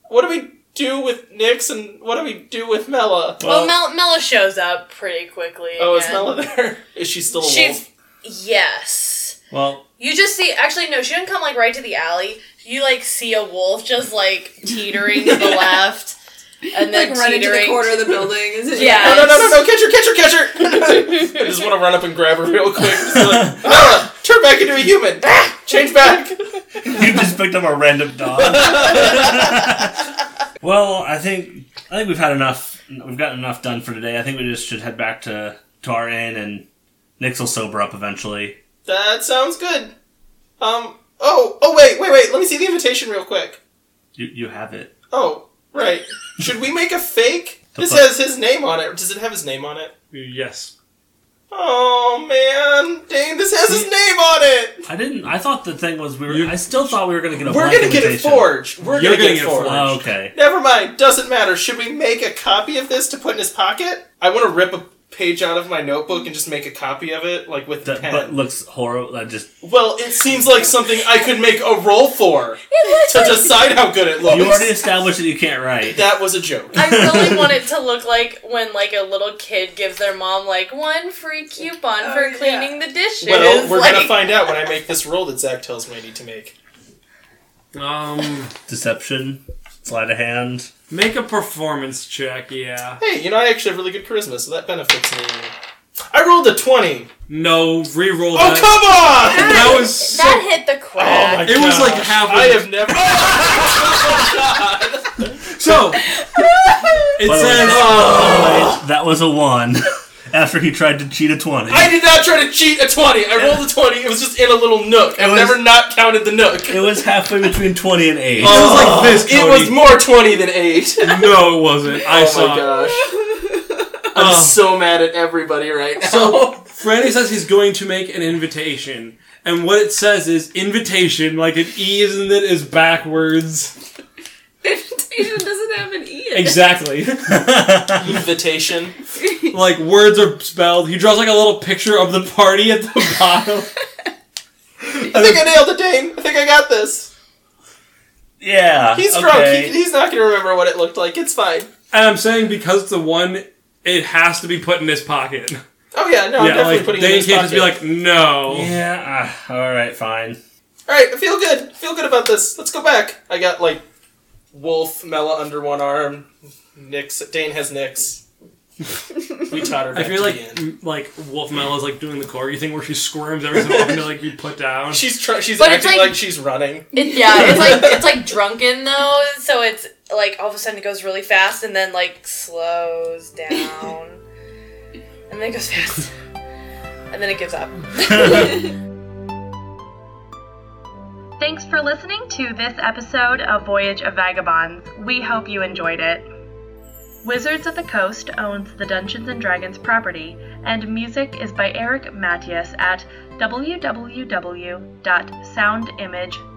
What do we do with Nyx and what do we do with Mela? Well, Mel- Mella shows up pretty quickly. Oh, is again. Mela there? Is she still a She's wolf? yes. Well, You just see, actually, no, she doesn't come like right to the alley. You like see a wolf just like teetering to the left, and then like run into the teetering- corner of the building. Is it? Yeah. No, no, no, no, no! Catch her, catch her, catch her! I just want to run up and grab her real quick. Just like, ah, turn back into a human. Ah, change back. you just picked up a random <laughs> dog. well, I think I think we've had enough. We've gotten enough done for today. I think we just should head back to to our inn, and Nix will sober up eventually. That sounds good. Um. Oh. Oh. Wait. Wait. Wait. Let me see the invitation real quick. You you have it. Oh. Right. Should we make a fake? This put- has his name on it. Does it have his name on it? <laughs> Yes. Oh man, Dane, this has his name on it. I didn't. I thought the thing was we were. You- I still thought we were going to get a. We're blank gonna get it invitation. forged. We're You're gonna get it gonna get it forged. forged. Oh, okay. Never mind. Doesn't matter. Should we make a copy of this to put in his pocket? I want to rip a page out of my notebook and just make a copy of it, like with That pen. but looks horrible. That just well, it seems like something I could make a roll for It looks to like- decide how good it looks. you already established that you can't write. that was a joke. I really want it to look like when like a little kid gives their mom like one free coupon Oh, for yeah. cleaning the dishes. Well, we're like, gonna find out when I make this roll that Zach tells me I need to make. Um, Deception, sleight of hand. make a performance check. Yeah. Hey, you know I actually have really good charisma, so that benefits me. I rolled a twenty. No, re-roll Oh that. come on! That was so. that hit the Oh my crack. It was like gosh. half of- <laughs> I have never. Oh, God. <laughs> so. It By the way- says. Oh. Wait, that was a one. <laughs> After he tried to cheat a twenty, I did not try to cheat a 20. I rolled a 20. It was just in a little nook. I've was- never not counted the nook. it was halfway between twenty and eight. Oh, It was like this, It was Cody. more 20 than 8. <laughs> no, it wasn't. I oh my saw. gosh. I'm Oh. so mad at everybody right now. So Franny says he's going to make an invitation, and what it says is invitation, like an E isn't it is backwards. Invitation doesn't have an E in it. Exactly. Invitation. like words are spelled. He draws like a little picture of the party at the <laughs> bottom. <laughs> I think I nailed it, Dane. I think I got this. <laughs> yeah, He's okay. drunk. He, he's not going to remember what it looked like. It's fine. And I'm saying because the one, it has to be put in his pocket. Oh, yeah. No, I'm yeah, definitely like putting they it in his can't just be pocket. like no. yeah, ah, all right, fine. All right, I feel good. I feel good about this. Let's go back. I got, like, Wolf, Mela under one arm. Nix. Dane has Nix. we tottered I back feel to like the end. m- like Wolf Mella's like doing the corgi thing where she squirms every so often to like be put down. She's try- she's But it's acting like-, like- she's running. It- yeah, it's like it's like drunken though, so it's like all of a sudden it goes really fast and then like slows down, and then it goes fast, and then it gives up. Thanks for listening to this episode of Voyage of Vagabonds. We hope you enjoyed it. Wizards of the Coast owns the Dungeons and Dragons property, and music is by Eric Matthias at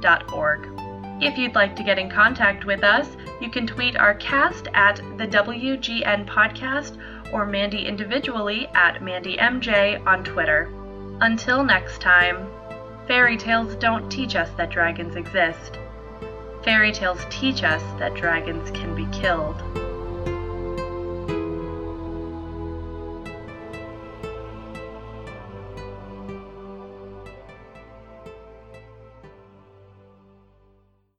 www.soundimage.org. If you'd like to get in contact with us, you can tweet our cast at the WGN Podcast or Mandy individually at MandyMJ on Twitter. Until next time. Fairy tales don't teach us that dragons exist. Fairy tales teach us that dragons can be killed.